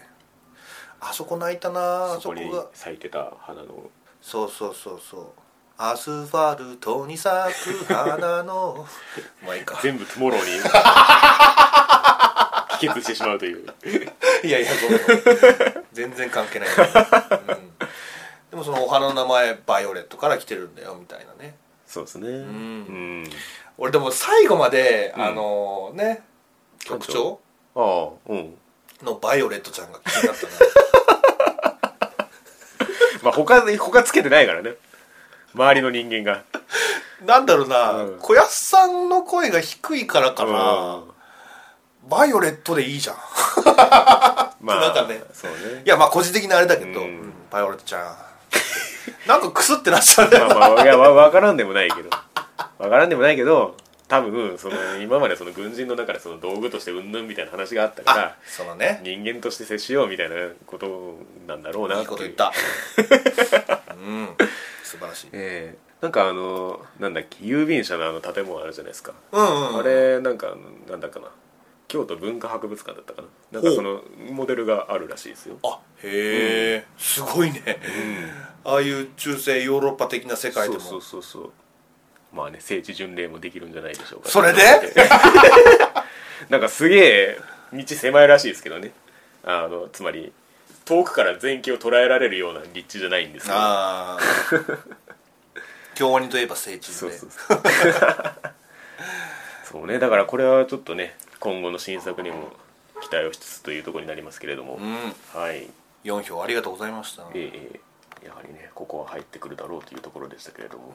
Speaker 2: あそこ泣いたなあ
Speaker 1: そ
Speaker 2: そ
Speaker 1: こに
Speaker 2: こが
Speaker 1: 咲いてた花の
Speaker 2: そうそうそうそうアスファルトに咲く花 のまあいいか
Speaker 1: 全部トゥモ ローに帰結してしまうという
Speaker 2: いやいやごめんごめん全然関 係ない、うんでもそのお花の名前バイオレットから来てるんだよみたいなね
Speaker 1: そうですねうん
Speaker 2: 俺でも最後まで、あのね局長
Speaker 1: ああうん
Speaker 2: のバイオレットちゃんが気になったな
Speaker 1: まあ他他つけてないからね周りの人間が
Speaker 2: なんだろうな、
Speaker 1: うん
Speaker 2: 小安さんの声が低いからか
Speaker 1: うん
Speaker 2: な、バイオレットでいいじゃん
Speaker 1: まあ
Speaker 2: なんかね
Speaker 1: そうね
Speaker 2: いやまあ個人的なあれだけど、
Speaker 1: うん
Speaker 2: うんバイオレットちゃんなんかクスってなっちゃうんだ よ
Speaker 1: まあまあいやわわからんでもないけどわからんでもないけど多分その今までその軍人の中でその道具としてうんぬんみたいな話があったから
Speaker 2: そのね
Speaker 1: 人間として接しようみたいなことなんだろうないい
Speaker 2: いこと言った、 うん、素晴らしい
Speaker 1: ええなんかあのなんだっけ郵便車のあの建物あるじゃないですか、
Speaker 2: うんうん、うん、
Speaker 1: あれなんかなんだかな京都文化博物館だったかななんかそのモデルがあるらしいですよ
Speaker 2: あへえ、すごいね、ああいう中世ヨーロッパ的な世界でも
Speaker 1: そうそうそうそうまあね聖地巡礼もできるんじゃないでしょうか
Speaker 2: それで
Speaker 1: なんかすげえ道狭いらしいですけどねあのつまり遠くから全景を捉えられるような立地じゃないんですけど
Speaker 2: ああ京アニといえば聖地
Speaker 1: そう
Speaker 2: 巡礼
Speaker 1: そうそうそうねだからこれはちょっとね今後の新作にも期待をしつつというところになりますけれども、
Speaker 2: うん
Speaker 1: はい
Speaker 2: 4票ありがとうございました
Speaker 1: えーやはりねここは入ってくるだろうというところでしたけれども、